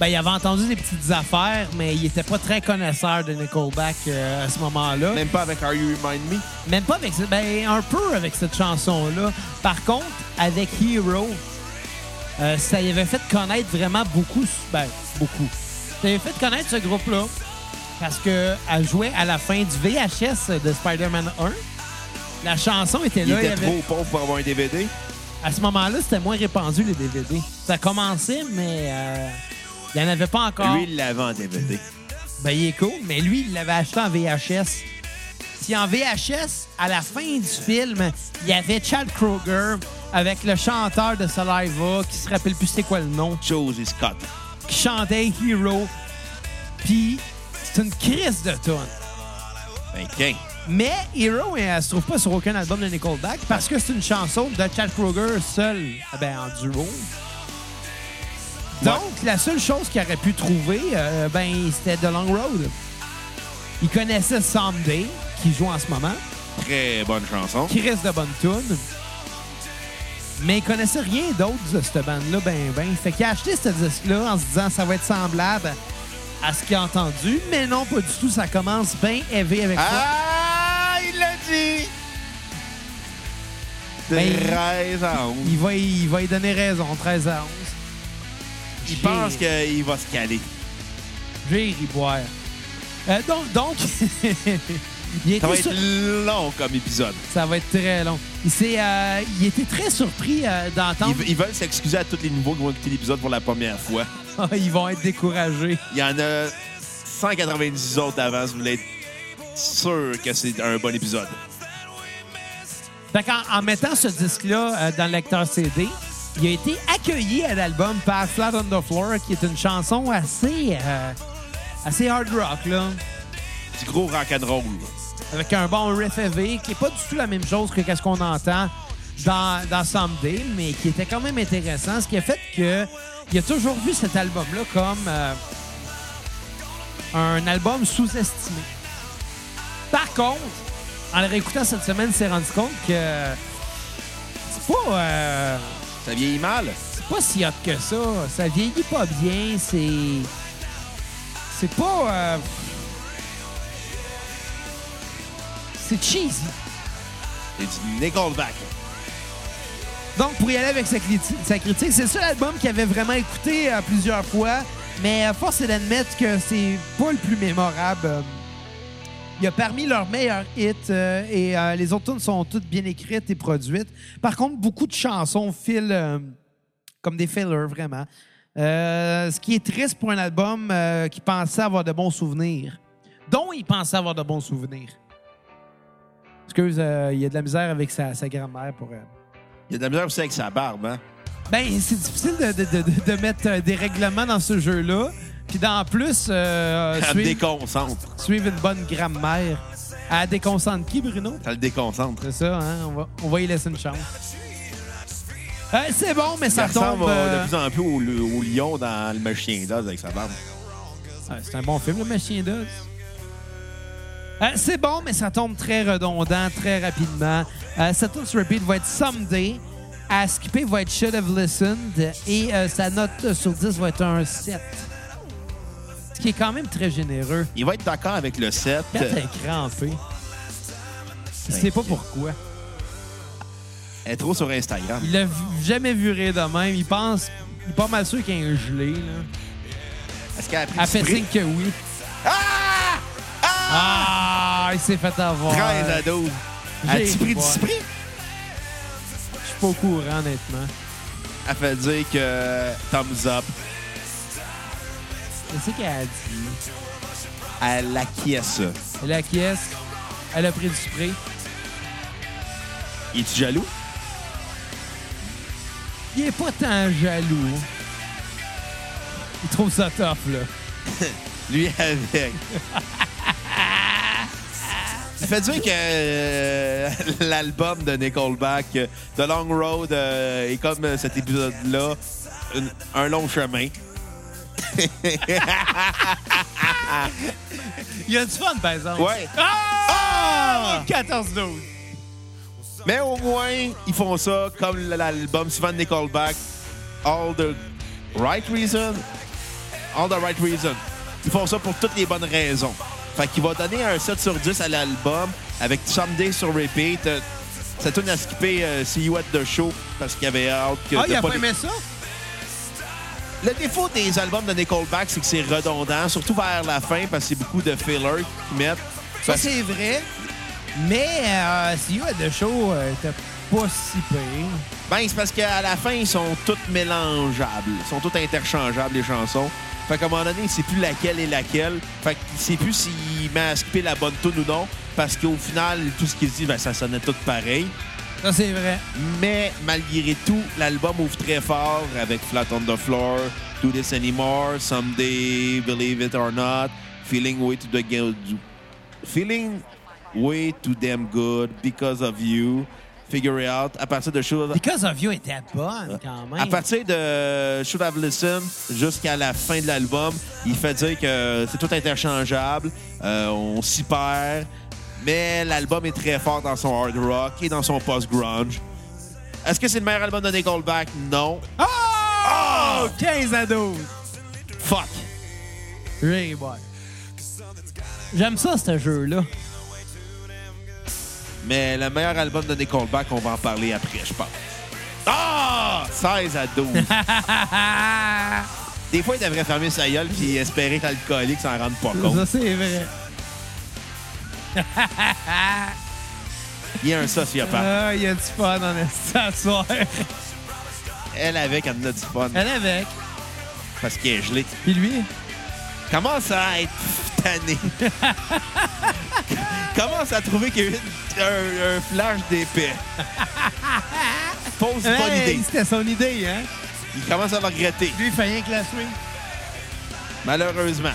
Speaker 1: Ben, il avait entendu des petites affaires, mais il n'était pas très connaisseur de Nickelback euh, à ce moment-là.
Speaker 2: Même pas avec Are You Remind Me?
Speaker 1: Même pas avec ça. Ben, un peu avec cette chanson-là. Par contre, avec Hero, euh, ça y avait fait connaître vraiment beaucoup. Ben, beaucoup. Ça y avait fait connaître ce groupe-là parce qu'elle jouait à la fin du VHS de Spider-Man 1. La chanson était
Speaker 2: Il
Speaker 1: là. il y
Speaker 2: était
Speaker 1: avait-
Speaker 2: trop pauvre pour avoir un DVD.
Speaker 1: À ce moment-là, c'était moins répandu, les DVD. Ça commençait, mais euh, il n'y en avait pas encore.
Speaker 2: Lui, il l'avait en DVD.
Speaker 1: Ben, il est cool, mais lui, il l'avait acheté en VHS. Puis en VHS, à la fin du film, il y avait Chad Kroger avec le chanteur de Saliva, qui se rappelle plus c'est quoi le nom,
Speaker 2: Josie Scott.
Speaker 1: qui chantait Hero. Puis c'est une crise de tonne.
Speaker 2: Ben, tiens.
Speaker 1: Mais Hero, euh, elle, se trouve pas sur aucun album de Nickelback parce que c'est une chanson de Chad Kroger seul, ben, en duo. Donc, la seule chose qu'il aurait pu trouver, euh, ben, c'était The Long Road. Il connaissait Someday, qui joue en ce moment,
Speaker 2: Très bonne chanson.
Speaker 1: qui reste de bonne tune. Mais il connaissait rien d'autre de cette bande-là, ben, ben. Fait qu'il a acheté ce disque-là en se disant ça va être semblable à ce qu'il a entendu, mais non, pas du tout. Ça commence bien élevé avec ça.
Speaker 2: Ah, il l'a dit!
Speaker 1: Ben,
Speaker 2: 13 à 11.
Speaker 1: Il va, y- il va y donner raison, 13 à 11.
Speaker 2: Il
Speaker 1: J'ai-
Speaker 2: pense qu'il va se caler.
Speaker 1: J'ai ri boire. Euh, donc, donc [laughs] il était
Speaker 2: Ça va
Speaker 1: sur-
Speaker 2: être long comme épisode.
Speaker 1: ça va être très long. Il, s'est, euh, il était très surpris euh, d'entendre.
Speaker 2: Ils, ils veulent s'excuser à tous les nouveaux qui vont écouter l'épisode pour la première fois.
Speaker 1: Ah, [laughs] Ils... vont être découragés.
Speaker 2: Il y en a 190 autres d'avance. Vous voulez être sûr que c'est un bon épisode.
Speaker 1: Fait qu'en- en, mettant ce disque-là euh, dans le lecteur CD, il a été accueilli à l'album par Flat on the Floor, qui est une chanson assez, euh, assez hard rock, là.
Speaker 2: Du gros rock'n'roll.
Speaker 1: avec un bon riff heavy, qui n'est pas du tout la même chose que ce qu'on entend dans, dans Someday, mais qui était quand même intéressant, ce qui a fait que il a toujours vu cet album-là comme euh, un album sous-estimé. Par contre, en le réécoutant cette semaine, il s'est rendu compte que c'est pas, euh,
Speaker 2: Ça vieillit mal?
Speaker 1: c'est pas si hot que ça. Ça vieillit pas bien, c'est... C'est pas... euh, C'est cheesy.
Speaker 2: C'est du Nickelback.
Speaker 1: Donc, pour y aller avec sa, criti- sa critique, c'est le seul album qu'il avait vraiment écouté euh, plusieurs fois, mais euh, force est d'admettre que c'est pas le plus mémorable. euh. Il a parmi leurs meilleurs hits euh, et euh, les autres tunes sont toutes bien écrites et produites. Par contre, beaucoup de chansons filent euh, comme des fillers, vraiment. Euh, ce qui est triste pour un album euh, qui pensait avoir de bons souvenirs, dont il pensait avoir de bons souvenirs. Excuse, euh, il y a de la misère avec sa, sa grand-mère pour... euh,
Speaker 2: Il y a de la misère aussi avec sa barbe, hein?
Speaker 1: ben, c'est difficile de, de- de- de mettre euh, des règlements dans ce jeu-là. Puis d'en plus, euh,
Speaker 2: Ça le
Speaker 1: suivre,
Speaker 2: déconcentre.
Speaker 1: suivre une bonne grammaire. À déconcentre qui, Bruno?
Speaker 2: Ça le déconcentre.
Speaker 1: C'est ça, hein? On va, on va y laisser une chance. Euh, c'est bon, mais ça,
Speaker 2: Ça ressemble
Speaker 1: tombe...
Speaker 2: euh,
Speaker 1: euh,
Speaker 2: de plus en plus au, au lion dans le machin d'Oz avec sa barbe.
Speaker 1: Ah, c'est un bon film, le Machine d'Oz. Euh, c'est bon, mais ça tombe très redondant, très rapidement. Euh, sa tune sur repeat va être Someday. À skipper va être Should Have Listened. Et euh, sa note sur 10 va être un 7. Ce qui est quand même très généreux.
Speaker 2: Il va être d'accord avec le 7.
Speaker 1: Quand t'es crampé. Il sait pas pourquoi.
Speaker 2: Elle est trop sur Instagram.
Speaker 1: Il l'a v- jamais vu rire de même. Il pense. Il est pas mal sûr qu'il y a un gelé, là.
Speaker 2: Est-ce qu'elle a pris
Speaker 1: Elle
Speaker 2: du
Speaker 1: fait
Speaker 2: spray?
Speaker 1: signe que oui.
Speaker 2: Ah! Ah!
Speaker 1: Ah! Il s'est fait avoir.
Speaker 2: 13 à 12. As-tu
Speaker 1: J'ai-
Speaker 2: pris du
Speaker 1: Ouais.
Speaker 2: spray?
Speaker 1: Je suis pas au courant, honnêtement.
Speaker 2: Elle fait dire que thumbs up.
Speaker 1: Qu'est-ce qu'elle a dit?
Speaker 2: Elle acquiesce.
Speaker 1: Elle acquiesce. Elle a pris du spray.
Speaker 2: Es-tu jaloux?
Speaker 1: Il est pas tant jaloux. Il trouve ça top, là.
Speaker 2: Lui avec. [laughs] Ça fait dire que euh, [laughs] l'album de Nickelback, euh, The Long Road, euh, est comme euh, cet épisode-là, une- un long chemin.
Speaker 1: Il a du fun, par exemple.
Speaker 2: Ouais.
Speaker 1: Ah!
Speaker 2: Ah!
Speaker 1: 14-12.
Speaker 2: Mais au moins, ils font ça comme l'album souvent de Nickelback, All the Right Reason. All the Right Reason. Ils font ça pour toutes les bonnes raisons. Fait qu'il va donner un 7 sur 10 à l'album avec Someday sur Repeat. Euh, Ça tourne à skipper euh, See You at the Show parce qu'il avait hâte que.
Speaker 1: Ah,
Speaker 2: de
Speaker 1: il a
Speaker 2: pas
Speaker 1: pas
Speaker 2: les-
Speaker 1: aimé ça?
Speaker 2: Le défaut des albums de Nickelback, c'est que c'est redondant, surtout vers la fin parce que c'est beaucoup de filler qu'ils mettent.
Speaker 1: Ça,
Speaker 2: Parce-
Speaker 1: c'est vrai. Mais euh, si You at the Show euh, était pas si pire.
Speaker 2: Ben, c'est parce qu'à la fin, ils sont toutes mélangeables. Ils sont toutes interchangeables, les chansons. Fait qu'à un moment donné, il sait plus laquelle est laquelle. Fait qu'il sait plus s'il m'a à skipper la bonne tune ou non. Parce qu'au final, tout ce qu'il dit, ben, ça sonnait tout pareil.
Speaker 1: Ça, c'est vrai.
Speaker 2: Mais malgré tout, l'album ouvre très fort avec Flat on the Floor, Do This Anymore, Someday, Believe It or Not, Feeling Way to the Ga- Feeling Way to Damn Good, Because of You, Figure It Out. À partir de choses
Speaker 1: Because of You était bonne, quand même.
Speaker 2: à partir de Should Have Listened jusqu'à la fin de l'album, il fait dire que c'est tout interchangeable, euh, on s'y perd, mais l'album est très fort dans son hard rock et dans son post-grunge. Est-ce que c'est le meilleur album de Nickelback? Non. Ah!
Speaker 1: Oh! 15 à 12.
Speaker 2: Fuck!
Speaker 1: Ray boy. J'aime ça, ce jeu-là.
Speaker 2: Mais le meilleur album de Nickelback, on va en parler après, je pense. Ah! 16 à 12. Des fois, il devrait fermer sa gueule puis espérer que l'alcoolique s'en rende pas compte.
Speaker 1: ça, c'est vrai.
Speaker 2: Il est un sociopathe.
Speaker 1: Ah, il y a du fun en instant ce soir.
Speaker 2: Elle avec, elle en a du fun
Speaker 1: Elle avec.
Speaker 2: parce qu'il est gelé.
Speaker 1: Puis lui?
Speaker 2: commence à être
Speaker 1: [laughs]
Speaker 2: tanné. commence à trouver qu'il y a eu une- un, un flash d'épais. Pose une bonne
Speaker 1: Hey,
Speaker 2: idée.
Speaker 1: C'était son idée, hein?
Speaker 2: Il commence à le regretter,
Speaker 1: Lui, il fait rien que la swing.
Speaker 2: malheureusement.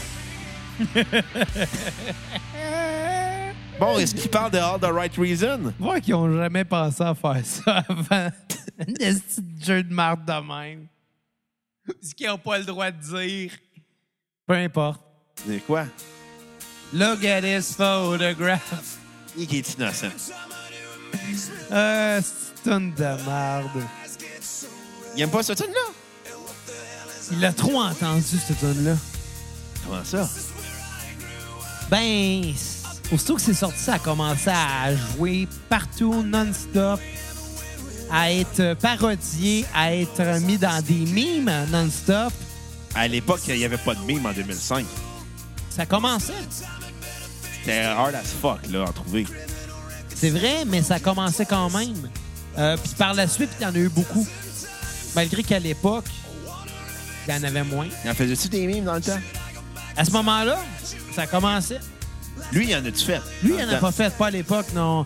Speaker 2: Bon, est-ce qu'il parle de All the Right Reason?
Speaker 1: Moi qui ont jamais pensé à faire ça avant. [laughs] Un petit jeu de marde de même. Ce qu'ils n'ont pas le droit de dire. Peu importe.
Speaker 2: C'est quoi?
Speaker 1: Look at his photograph.
Speaker 2: Il est innocent.
Speaker 1: Euh, c'est une de marde.
Speaker 2: Il aime pas ce tune-là?
Speaker 1: Il l'a trop entendu, cette tune-là.
Speaker 2: Comment ça?
Speaker 1: Ben, c'est- aussitôt que c'est sorti, ça a commencé à jouer partout, non-stop, à être parodié, à être mis dans des mimes non-stop.
Speaker 2: À l'époque, il n'y avait pas de mime en 2005.
Speaker 1: Ça commençait.
Speaker 2: C'était hard as fuck, là, à trouver.
Speaker 1: C'est vrai, mais ça commençait quand même. Euh, Puis par la suite, il y en a eu beaucoup. Malgré qu'à l'époque, il y en avait moins.
Speaker 2: Il en faisait-tu des mimes dans le temps?
Speaker 1: À ce moment-là, ça commençait.
Speaker 2: Lui, il en a-tu fait?
Speaker 1: Lui,
Speaker 2: dans
Speaker 1: il
Speaker 2: le
Speaker 1: n'en a
Speaker 2: temps?
Speaker 1: pas fait, pas à l'époque, non.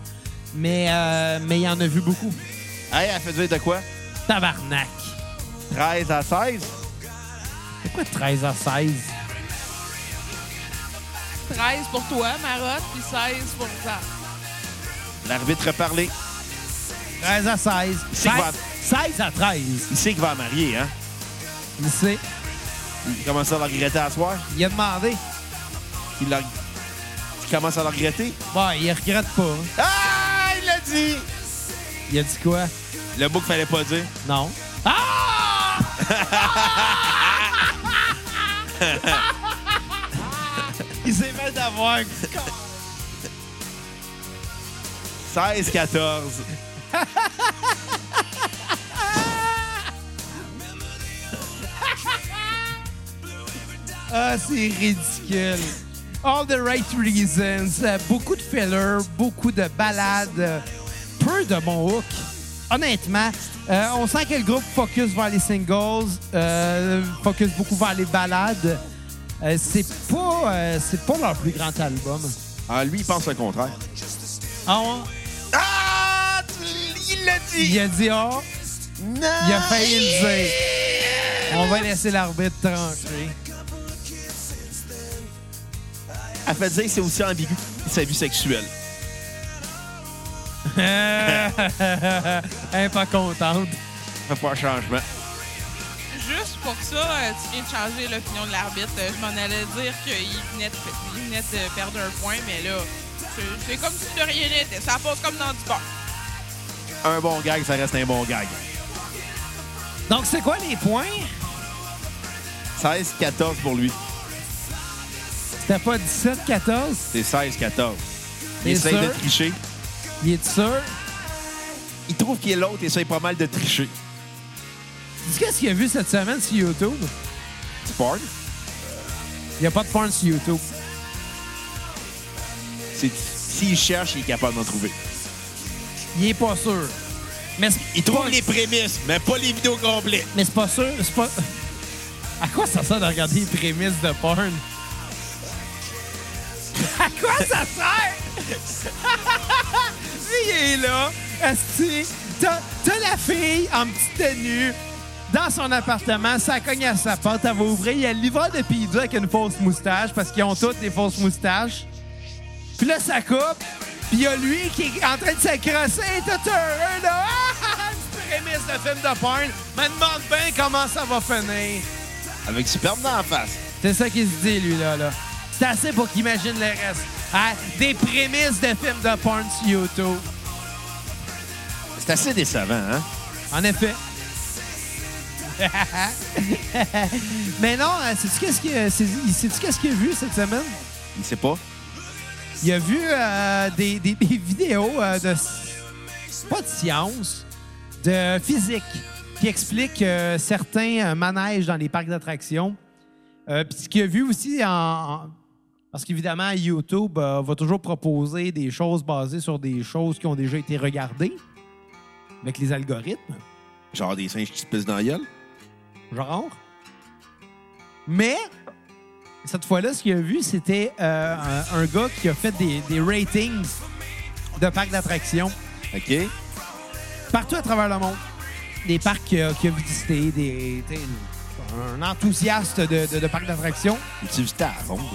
Speaker 1: Mais, euh, mais il en a vu beaucoup.
Speaker 2: Hey, elle fait dire de quoi?
Speaker 1: Tabarnak.
Speaker 2: 13 à 16?
Speaker 1: Pourquoi 13 à 16?
Speaker 3: 13 pour toi, Marotte, puis 16 pour ça.
Speaker 2: L'arbitre a parlé.
Speaker 1: 13 à 16.
Speaker 2: C'est
Speaker 1: 16,
Speaker 2: quoi?
Speaker 1: 16 à 13.
Speaker 2: Il sait qu'il va la marier, hein?
Speaker 1: Il sait.
Speaker 2: Il commence à le regretter à soir.
Speaker 1: Il a demandé.
Speaker 2: Il, l'a- il commence à le regretter.
Speaker 1: Bon, il regrette pas. hein.
Speaker 2: Ah! Il l'a dit!
Speaker 1: Il a dit quoi?
Speaker 2: Le mot qu'il fallait pas dire.
Speaker 1: Non. Ah! il s'est fait d'avoir.
Speaker 2: 16-14.
Speaker 1: Ah, c'est ridicule. All the right reasons. Euh, Beaucoup de fillers, beaucoup de balades, euh, peu de bons hooks. Honnêtement, euh, on sent que le groupe focus vers les singles, euh, focus beaucoup vers les balades. Euh, c'est pas, euh, c'est pas leur plus grand album.
Speaker 2: Ah, lui, il pense le contraire.
Speaker 1: Ah, on-
Speaker 2: Ah! tu- Il l'a dit!
Speaker 1: il a dit ah,
Speaker 2: Non!
Speaker 1: il a failli le dire. On va laisser l'arbitre trancher. [laughs]
Speaker 2: Elle fait dire que c'est aussi ambigu que sa vie sexuelle.
Speaker 1: Elle est pas contente.
Speaker 2: Ça fait pas un changement.
Speaker 3: Juste pour ça, euh, tu viens de changer l'opinion de l'arbitre. Euh, Je m'en allais dire qu'il venait, de- il venait de perdre un point, mais là, c'est- c'est comme si de rien n'était. Ça passe comme dans du beurre.
Speaker 2: Un bon gag, ça reste un bon gag.
Speaker 1: Donc, c'est quoi les points?
Speaker 2: 16-14 pour lui.
Speaker 1: C'était pas 17-14?
Speaker 2: C'est 16-14.
Speaker 1: T'es
Speaker 2: Il essaye de
Speaker 1: sûr?
Speaker 2: tricher.
Speaker 1: Il est sûr?
Speaker 2: Il trouve qu'il est l'autre et essaye pas mal de tricher.
Speaker 1: Dis qu'est-ce qu'il a vu cette semaine sur YouTube?
Speaker 2: Tu parles?
Speaker 1: Il n'y a pas de porn sur YouTube.
Speaker 2: C'est- S'il cherche, il est capable d'en trouver.
Speaker 1: Il est pas sûr. Mais c'est-
Speaker 2: Il trouve les prémices, mais pas les vidéos complètes.
Speaker 1: Mais c'est pas sûr. C'est pas. À quoi ça sert de regarder les prémices de porn? [laughs] À quoi ça sert? [laughs] Lui, il est là, asti. T'as t'as la fille en petite tenue dans son appartement, ça cogne à sa porte, elle va ouvrir, il y a le livreur de pizza avec une fausse moustache parce qu'ils ont toutes des fausses moustaches. Puis là, ça coupe, puis il y a lui qui est en train de s'accrocher, tout heureux, là. [laughs] Ah, une prémisse de film de porn. Me demande bien comment ça va finir.
Speaker 2: Avec du sperme dans la face.
Speaker 1: C'est ça qu'il se dit, lui, là. là. C'est assez pour qu'il imagine le reste. Hein? Des prémices de films de porn sur YouTube.
Speaker 2: C'est assez décevant, hein?
Speaker 1: En effet. [laughs] Mais non, hein, sais-tu qu'est-ce qu'il a, sais- sais-tu qu'est-ce qu'il a vu cette semaine?
Speaker 2: Il sait pas.
Speaker 1: Il a vu euh, des, des- des vidéos euh, de... s- Pas de science, de physique, qui explique euh, certains euh, manèges dans les parcs d'attractions. Euh, Puis ce qu'il a vu aussi en... en- parce qu'évidemment, YouTube euh, va toujours proposer des choses basées sur des choses qui ont déjà été regardées avec les algorithmes.
Speaker 2: Genre des singes qui se pissent dans la gueule.
Speaker 1: genre. Mais cette fois-là, ce qu'il a vu, c'était euh, un, un gars qui a fait des, des ratings de parcs d'attractions
Speaker 2: OK?
Speaker 1: partout à travers le monde. Des parcs qu'il a, qu'il a visités, des, t'sais, un enthousiaste de, de- de parcs d'attractions.
Speaker 2: Tu visites à la ronde.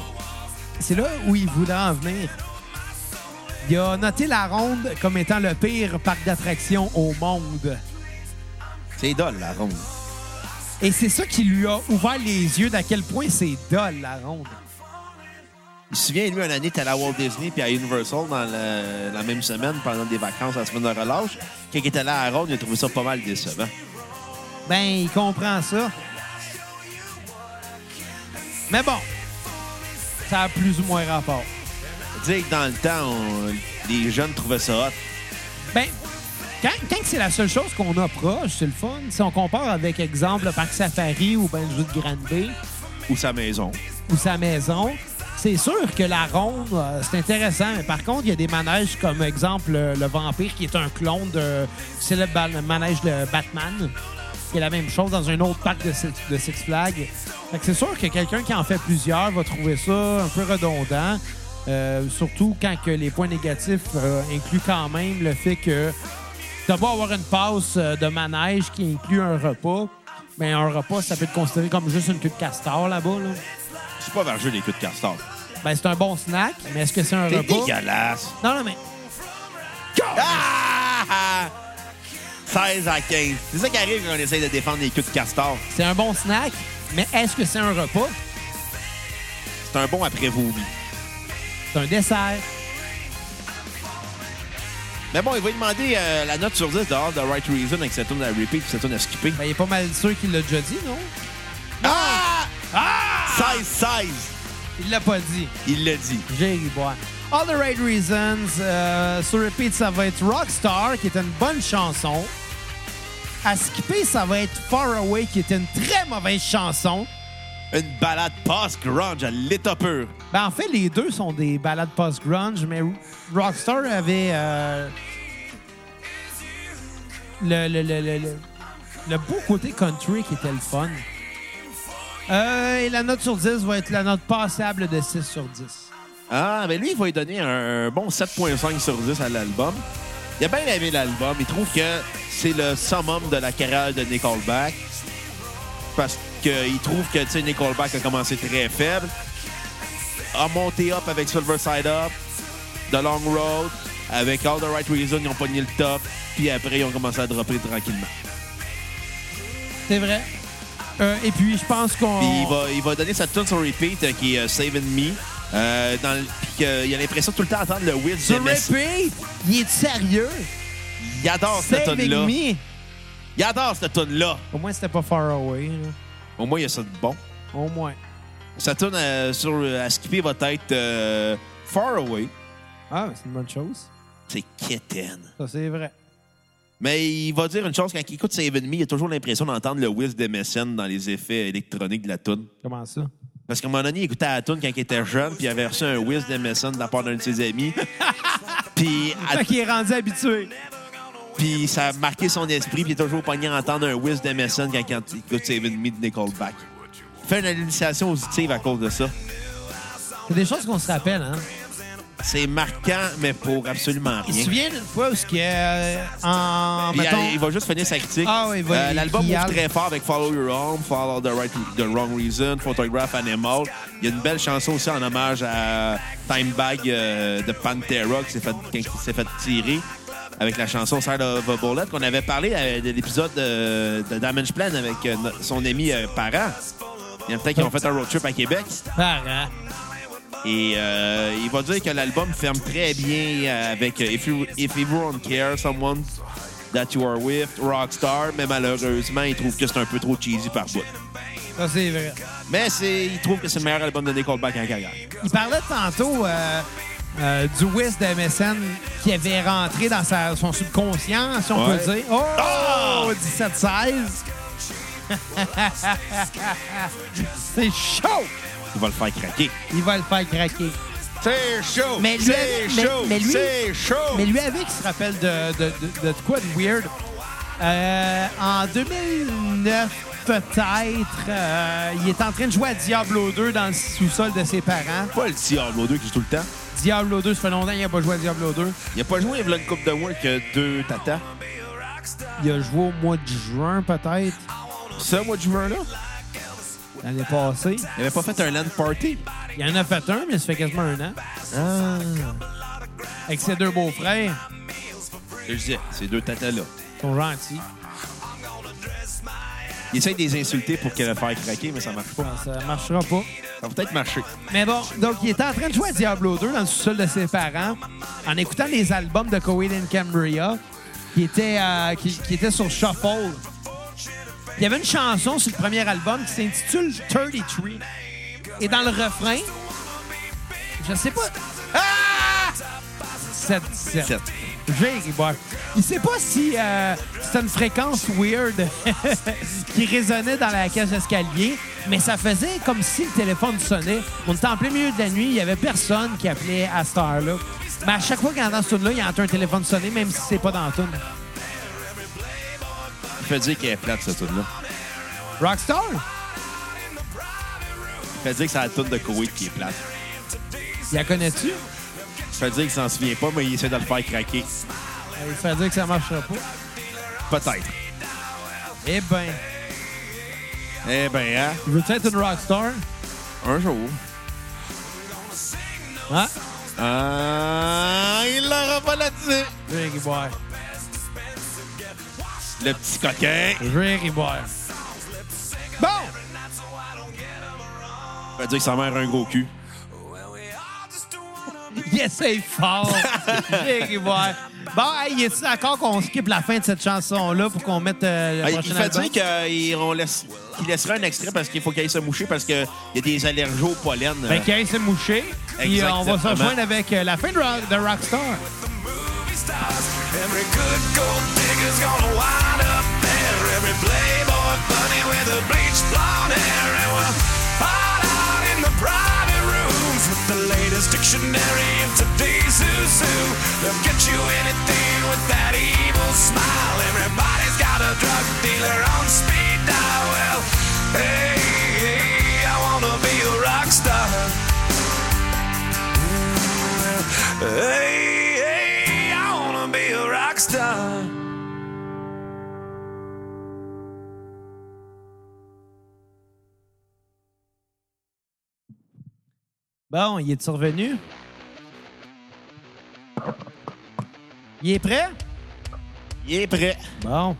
Speaker 1: C'est là où il voulait en venir. Il a noté la ronde comme étant le pire parc d'attractions au monde.
Speaker 2: C'est dole, la ronde.
Speaker 1: Et c'est ça qui lui a ouvert les yeux d'à quel point c'est dole, la ronde.
Speaker 2: Je me souviens, lui, une année, t'es à la Walt Disney puis à Universal dans le- la même semaine, pendant des vacances, la semaine de relâche. Quand il était là à la ronde, il a trouvé ça pas mal décevant.
Speaker 1: Ben, il comprend ça. Mais bon, ça a plus ou moins rapport.
Speaker 2: Dire que dans le temps, on- les jeunes trouvaient ça hot.
Speaker 1: Ben, quand, quand c'est la seule chose qu'on a proche, c'est le fun. Si on compare avec, exemple, le parc Safari ou ben, le jeu de Grande Bay
Speaker 2: Ou sa maison.
Speaker 1: ou sa maison, c'est sûr que la ronde, euh, c'est intéressant. Mais par contre, il y a des manèges comme, exemple, euh, le vampire qui est un clone de du célèbre ban- manège de Batman, qui est la même chose dans un autre parc de Six, de Six Flags. Fait que c'est sûr que quelqu'un qui en fait plusieurs va trouver ça un peu redondant. euh, surtout quand que les points négatifs euh, incluent quand même le fait que de pas avoir une passe euh, de manège qui inclut un repas, mais un repas, ça peut être considéré comme juste une queue de castor là-bas. là.
Speaker 2: C'est pas vers jeu des queues de castor.
Speaker 1: Ben, c'est un bon snack, mais est-ce que c'est un
Speaker 2: T'es
Speaker 1: repas?
Speaker 2: dégueulasse.
Speaker 1: Non, non, mais.
Speaker 2: Ah! ah! 16 à 15. C'est ça qui arrive quand on essaye de défendre les queues de castor.
Speaker 1: C'est un bon snack, mais est-ce que c'est un repas?
Speaker 2: C'est un bon après-vomi.
Speaker 1: C'est un dessert.
Speaker 2: Mais bon, il va lui demander euh, la note sur 10 dehors de Right Reason avec sa tourne à repeat puis sa tourne à skipper.
Speaker 1: Ben, il est pas mal sûr qu'il l'a déjà dit, non?
Speaker 2: Ah! Ah! 16, 16.
Speaker 1: Il l'a pas dit.
Speaker 2: Il l'a dit.
Speaker 1: J'ai eu boire. All the Right Reasons. Euh, sur repeat, ça va être Rockstar, qui est une bonne chanson. À skipper, ça va être Far Away, qui est une très mauvaise chanson.
Speaker 2: Une balade post-grunge à l'état pur.
Speaker 1: Ben, en fait, les deux sont des ballades post-grunge, mais Rockstar avait euh, le, le, le, le, le- le beau côté country qui était le fun. Euh, et la note sur 10 va être la note passable de 6 sur 10.
Speaker 2: Ah, mais lui, il va lui donner un, un bon 7,5 sur 10 à l'album. Il a bien aimé l'album. Il trouve que c'est le summum de la carrière de Nickelback. Parce qu'il trouve que tu sais, Nickelback a commencé très faible. A monté up avec Silver Side Up, The Long Road, avec All the Right Reasons, ils ont pogné le top. Puis après, ils ont commencé à dropper tranquillement.
Speaker 1: C'est vrai. Euh, et puis, je pense qu'on...
Speaker 2: Puis il va, il va donner sa tune sur repeat euh, qui est euh, Saving Me. Euh, dans le- puis que- il a l'impression de tout le temps entendre le whiz
Speaker 1: Sur
Speaker 2: de Messi.
Speaker 1: repeat, il est sérieux.
Speaker 2: Il adore Oh, cette
Speaker 1: Saving
Speaker 2: tune-là.
Speaker 1: me.
Speaker 2: Il adore cette tune-là.
Speaker 1: Au moins, c'était pas Far Away. là.
Speaker 2: Au moins, il y a ça de bon.
Speaker 1: Au moins.
Speaker 2: Sa tune euh, sur euh, à skipper va être euh, Far Away.
Speaker 1: Ah, mais c'est une bonne chose.
Speaker 2: C'est kitten.
Speaker 1: Ça, c'est vrai.
Speaker 2: Mais il va dire une chose, quand il écoute Saving Me, il a toujours l'impression d'entendre le whiz de MSN dans les effets électroniques de la tune.
Speaker 1: Comment ça?
Speaker 2: Parce qu'à un moment donné, il écoutait la tune quand il était jeune, puis il avait reçu un whiz de MSN de la part d'un de ses amis. puis à
Speaker 1: Fait qu'il est rendu habitué.
Speaker 2: Puis ça a marqué son esprit, puis il est toujours pogné à entendre un whiz d'Emerson quand, quand il écoute Saving Me de Nickelback. Fait une hallucination auditive à cause de ça.
Speaker 1: C'est des choses qu'on se rappelle, hein?
Speaker 2: C'est marquant, mais pour absolument
Speaker 1: Il se
Speaker 2: rien.
Speaker 1: souvient d'une fois où ce qu'il euh, en,
Speaker 2: Puis,
Speaker 1: mettons,
Speaker 2: euh, il va juste finir sa critique. Euh,
Speaker 1: Ah oui, il va- il-
Speaker 2: L'album
Speaker 1: il
Speaker 2: ouvre
Speaker 1: al-
Speaker 2: très fort avec Follow Your Home, Follow the, right, the Wrong Reason, Photograph Animal. Il y a une belle chanson aussi en hommage à Time Bag euh, de Pantera qui s'est fait, qui s'est fait tirer avec la chanson Side of a Bullet qu'on avait parlé euh, de l'épisode euh, de Damage Plan avec euh, no- son ami euh, parent. Il y a peut-être qu'ils ont fait un road trip à Québec.
Speaker 1: parents.
Speaker 2: Et euh, il va dire que l'album ferme très bien euh, avec euh, If, you, If Everyone Care, Someone That You Are With, Rockstar, mais malheureusement, il trouve que c'est un peu trop cheesy par bout.
Speaker 1: Ça, c'est vrai.
Speaker 2: Mais c'est, il trouve que c'est le meilleur album de Nickelback en carrière.
Speaker 1: Il parlait tantôt euh, euh, du Wiz de MSN qui avait rentré dans sa, son subconscient, si on
Speaker 2: Ouais.
Speaker 1: peut dire. Oh!
Speaker 2: Ah!
Speaker 1: 17-16! [laughs] c'est chaud!
Speaker 2: Il va le faire craquer.
Speaker 1: Il va le faire craquer.
Speaker 2: C'est chaud!
Speaker 1: Mais lui,
Speaker 2: c'est
Speaker 1: avec- mais-
Speaker 2: chaud!
Speaker 1: mais lui-
Speaker 2: c'est chaud!
Speaker 1: Mais lui avec, il se rappelle de, de, de, de quoi de weird. Euh, en 2009, peut-être, euh, il est en train de jouer à Diablo 2 dans le sous-sol de ses parents.
Speaker 2: pas le Diablo 2 qui joue tout le temps.
Speaker 1: Diablo 2, ça fait longtemps qu'il n'a pas joué à Diablo 2.
Speaker 2: Il a pas joué il y a une coupe de mois que deux tatas.
Speaker 1: Il a joué au mois de juin, peut-être,
Speaker 2: Ce mois de juin-là,
Speaker 1: l'année passée.
Speaker 2: il avait pas fait un land party.
Speaker 1: Il en a fait un, mais ça fait quasiment un an. Avec ses deux beaux-frères,
Speaker 2: Je disais, ces deux tatas-là.
Speaker 1: ils sont gentils.
Speaker 2: Il essaie de les insulter pour qu'elle le faire craquer, mais ça marche pas.
Speaker 1: Ça marchera pas.
Speaker 2: Ça va peut-être marcher.
Speaker 1: Mais bon, donc il était en train de jouer à Diablo 2 dans le sous-sol de ses parents en écoutant les albums de Coheed and Cambria qui étaient, euh, qui, qui étaient sur Shuffle. Il y avait une chanson sur le premier album qui s'intitule 33. Et dans le refrain, je sais pas. Ah! 7, 7.
Speaker 2: Sept.
Speaker 1: J'ai- bon. Il sait pas si euh, c'était une fréquence weird [laughs] qui résonnait dans la cage d'escalier, mais ça faisait comme si le téléphone sonnait. On était en plein milieu de la nuit, il y avait personne qui appelait à cette heure-là. Mais à chaque fois qu'il entend ce tune-là, il entend un téléphone sonner, même si c'est pas dans la tune.
Speaker 2: Il fait dire qu'elle est plate, cette tune là
Speaker 1: Rockstar?
Speaker 2: Il fait dire que c'est la tune de Koweït qui est plate.
Speaker 1: Il la connais-tu?
Speaker 2: Il fait dire qu'il s'en souvient pas, mais il essaie de le faire craquer.
Speaker 1: Il fait dire que ça marchera pas.
Speaker 2: Peut-être.
Speaker 1: Eh ben,
Speaker 2: Eh ben, hein?
Speaker 1: veux-tu être une rockstar?
Speaker 2: Un jour.
Speaker 1: Hein?
Speaker 2: Ah, il l'aura pas là-dessus.
Speaker 1: Jerry Boy.
Speaker 2: Le petit coquin.
Speaker 1: Jerry Boy. Bon!
Speaker 2: Il fait dire que sa mère a un gros cul.
Speaker 1: [laughs] Il essaye fort. Jerry Boy. Bon, hey, est-ce d'accord qu'on skip la fin de cette chanson-là pour qu'on mette euh, le
Speaker 2: Ah, il
Speaker 1: prochain
Speaker 2: fait
Speaker 1: album?
Speaker 2: dire qu'il on laisse, qu'il laissera un extrait parce qu'il faut qu'il aille se moucher parce qu'il y a des allergies au pollen.
Speaker 1: Ben, qu'il aille se moucher. Puis euh, on va se
Speaker 2: Exactement.
Speaker 1: rejoindre avec euh, la fin de, Rock- de Rockstar.
Speaker 4: the movie stars. Every good gold digger's gonna wind up there. Every playboy bunny with a bleached blonde hair. And we'll hide out in the private rooms with the latest dictionary of today's who's who. They'll get you anything with that evil smile. Everybody's got a drug dealer on speed dial. Well, hey, hey I wanna be a rock star. Hey, hey, I wanna be a rock star.
Speaker 1: Bon, il est survenu. Il est prêt?
Speaker 2: Il est prêt.
Speaker 1: Bon.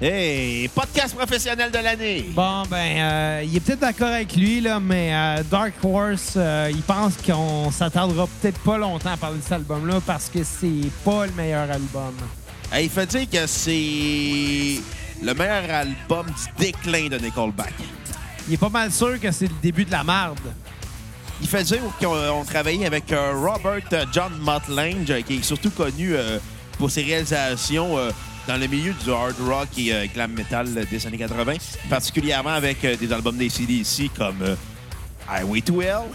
Speaker 2: Hey, podcast professionnel de l'année.
Speaker 1: Bon, ben, euh, il est peut-être d'accord avec lui, là, mais euh, Dark Horse, euh, il pense qu'on s'attardera peut-être pas longtemps à parler de cet album-là parce que c'est pas le meilleur album.
Speaker 2: Hey, il fait dire que c'est le meilleur album du déclin de Nickelback.
Speaker 1: Il est pas mal sûr que c'est le début de la marde.
Speaker 2: Il fait dire qu'on on travaillait avec euh, Robert euh, John Motlange, euh, qui est surtout connu euh, pour ses réalisations euh, dans le milieu du hard rock et euh, glam metal euh, des années 80, particulièrement avec euh, des albums des CDC comme euh, Highway to Hell,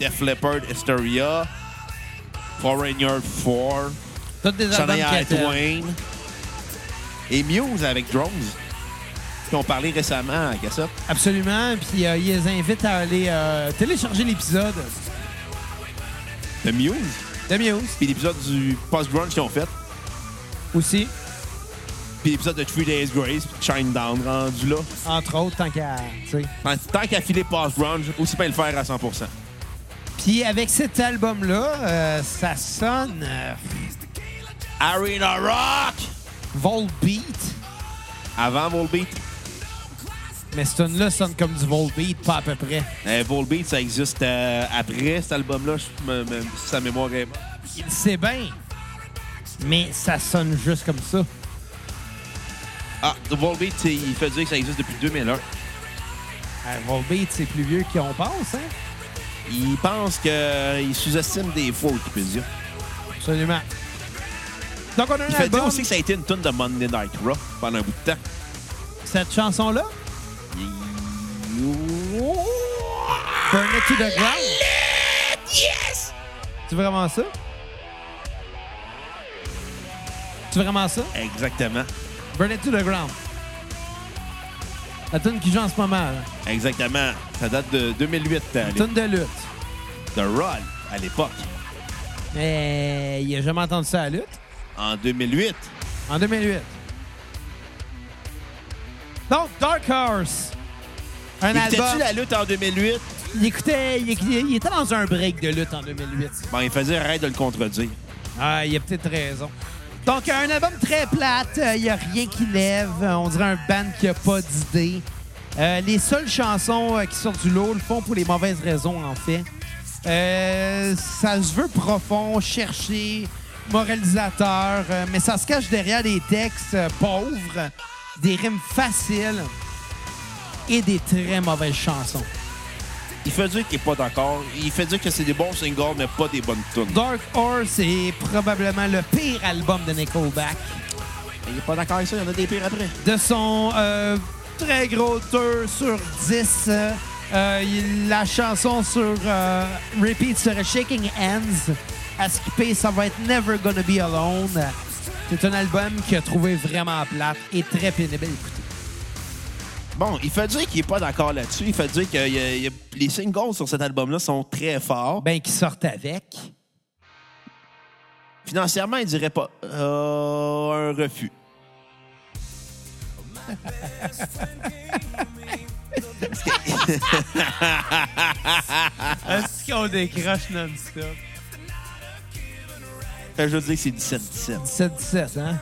Speaker 2: Def Leppard, Hysteria, Foreigner 4,
Speaker 1: Toutes des albums
Speaker 2: Shania
Speaker 1: qui étaient-
Speaker 2: Twain et Muse avec Drones, qui ont parlé récemment à Cassette.
Speaker 1: Absolument. Puis euh, il les invite à aller euh, télécharger l'épisode
Speaker 2: De Muse,
Speaker 1: de Muse
Speaker 2: puis l'épisode du post-grunge qu'ils ont fait.
Speaker 1: aussi,
Speaker 2: Puis l'épisode de Three Days Grace, puis Shine Down rendu là.
Speaker 1: entre autres, tant qu'à. tu sais.
Speaker 2: Tant- Tant qu'à filer Past Grunge, aussi bien le faire à 100
Speaker 1: Puis avec cet album-là, euh, ça sonne euh,
Speaker 2: Arena Rock!
Speaker 1: Volbeat.
Speaker 2: Avant Volbeat.
Speaker 1: Mais ce tune-là sonne comme du Volbeat, pas à peu près.
Speaker 2: Euh, Volbeat, ça existe euh, après cet album-là, je me- me- si sa mémoire est bonne.
Speaker 1: Il sait bien, mais ça sonne juste comme ça.
Speaker 2: Ah, Volbeat, c'est- il fait dire que ça existe depuis 2001.
Speaker 1: Euh, Volbeat, c'est plus vieux qu'on pense, hein?
Speaker 2: Il pense qu'il sous-estime des fois Wikipédia.
Speaker 1: Absolument. Donc, on a un
Speaker 2: Il fait dire
Speaker 1: album.
Speaker 2: aussi que ça a été une tune de Monday Night Raw pendant un bout de temps.
Speaker 1: Cette chanson-là,
Speaker 2: Il-
Speaker 1: Burn It to the Ground. C'est vraiment ça? C'est vraiment ça?
Speaker 2: Exactement.
Speaker 1: Burn It to the Ground. La tune qui joue en ce moment, là.
Speaker 2: Exactement. Ça date de 2008, euh,
Speaker 1: Tune de lutte.
Speaker 2: de Roll, à l'époque.
Speaker 1: Mais il a jamais entendu ça à la lutte.
Speaker 2: En 2008.
Speaker 1: En 2008. Donc, Dark Horse. Un album.
Speaker 2: Écoutais-tu la lutte en 2008?
Speaker 1: Il écoutait. Il, il- il était dans un break de lutte en 2008.
Speaker 2: Ben, il faisait arrête de le contredire.
Speaker 1: Ah, il a peut-être raison. Donc, un album très plate. euh, Il n'y a rien qui lève. Euh, On dirait un band qui n'a pas d'idée. Euh, les seules chansons euh, qui sortent du lot le font pour les mauvaises raisons, en fait. Euh, ça se veut profond, cherché, moralisateur, euh, mais ça se cache derrière des textes euh, pauvres, des rimes faciles et des très mauvaises chansons.
Speaker 2: Il fait dire qu'il n'est pas d'accord. Il fait dire que c'est des bons singles, mais pas des bonnes tunes.
Speaker 1: Dark Horse est probablement le pire album de Nickelback.
Speaker 2: il n'est pas d'accord avec ça. Il y en a des pires après.
Speaker 1: de son euh, très gros 2 sur 10. euh, euh, il- la chanson sur euh, Repeat serait Shaking Hands. À skipper, ça va être Never Gonna Be Alone. C'est un album qu'il a trouvé vraiment plate et très pénible à écouter.
Speaker 2: Bon, il fait dire qu'il n'est pas d'accord là-dessus. Il fait dire que euh, il y a- il y a- les singles sur cet album-là sont très forts.
Speaker 1: Ben, qui sortent avec.
Speaker 2: Financièrement, il dirait pas euh, un refus.
Speaker 1: Est-ce qu'on décroche non-stop?
Speaker 2: Fait que Je veux dire que c'est 17-17.
Speaker 1: 17-17, hein?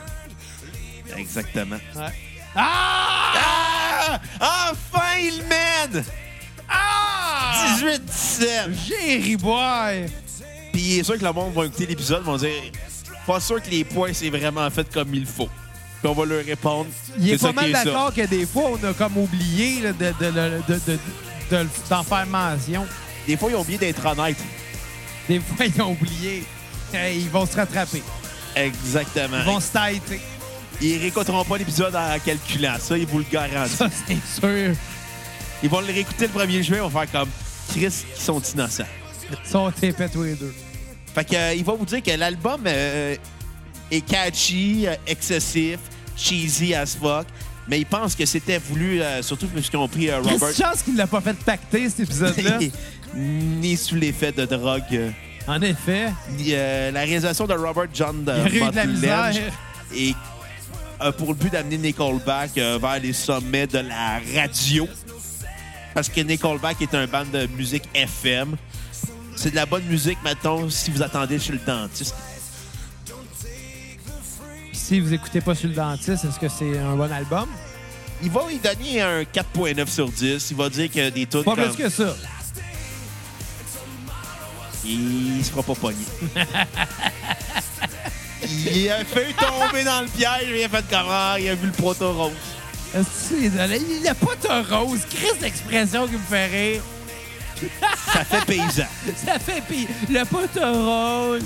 Speaker 2: Exactement.
Speaker 1: Ouais. Ah!
Speaker 2: Ah! Enfin, il mène!
Speaker 1: Ah!
Speaker 2: 18-17!
Speaker 1: Jerry Boy!
Speaker 2: Puis il est sûr que le monde va écouter l'épisode, vont dire Pas sûr que les points, c'est vraiment fait comme il faut. Puis on va leur répondre.
Speaker 1: Il est
Speaker 2: C'est ça
Speaker 1: pas mal
Speaker 2: qui ça.
Speaker 1: d'accord que des fois, on a comme oublié là, de- de- de- de- de- de- d'en faire mention.
Speaker 2: Des fois, ils ont oublié d'être honnêtes.
Speaker 1: Des fois, ils ont oublié. Euh, Ils vont se rattraper.
Speaker 2: Exactement.
Speaker 1: Ils vont se têter.
Speaker 2: Ils réécouteront pas l'épisode en calculant. Ça, ils vous le garantissent.
Speaker 1: Ça, c'est sûr.
Speaker 2: Ils vont le réécouter le 1er juin. Ils vont faire comme Chris, qui sont innocents.
Speaker 1: Ils sont épais tous les deux.
Speaker 2: Fait que, euh, il va vous dire que l'album euh, est catchy, euh, excessif, cheesy as fuck. Mais il pense que c'était voulu, euh, surtout puisqu'on pris euh, Robert.
Speaker 1: Quelle chance qu'il l'a pas fait pacter, cet
Speaker 2: [laughs]
Speaker 1: épisode-là.
Speaker 2: ni sous l'effet de drogue. euh,
Speaker 1: en effet,
Speaker 2: ni, euh, la réalisation de Robert John
Speaker 1: il
Speaker 2: euh,
Speaker 1: a eu de la
Speaker 2: Butledge
Speaker 1: misère.
Speaker 2: et a pour le but d'amener Nickelback euh, vers les sommets de la radio. Parce que Nickelback est un band de musique FM. C'est de la bonne musique, maintenant si vous attendez chez le dentiste.
Speaker 1: Si vous écoutez pas sur le dentiste, est-ce que c'est un bon album?
Speaker 2: Il va lui donner un 4.9 sur 10. Il va dire que des tunes
Speaker 1: Pas
Speaker 2: comme...
Speaker 1: plus que ça.
Speaker 2: Il se fera
Speaker 1: [laughs]
Speaker 2: pas pogner. il a fait tomber dans le piège, il a fait comment, il a vu le proto rose.
Speaker 1: Est-ce que c'est- Il a pas de rose. Chris d'expression qui me fait rire.
Speaker 2: Ça fait paysan.
Speaker 1: Ça fait pire. Le pote rose.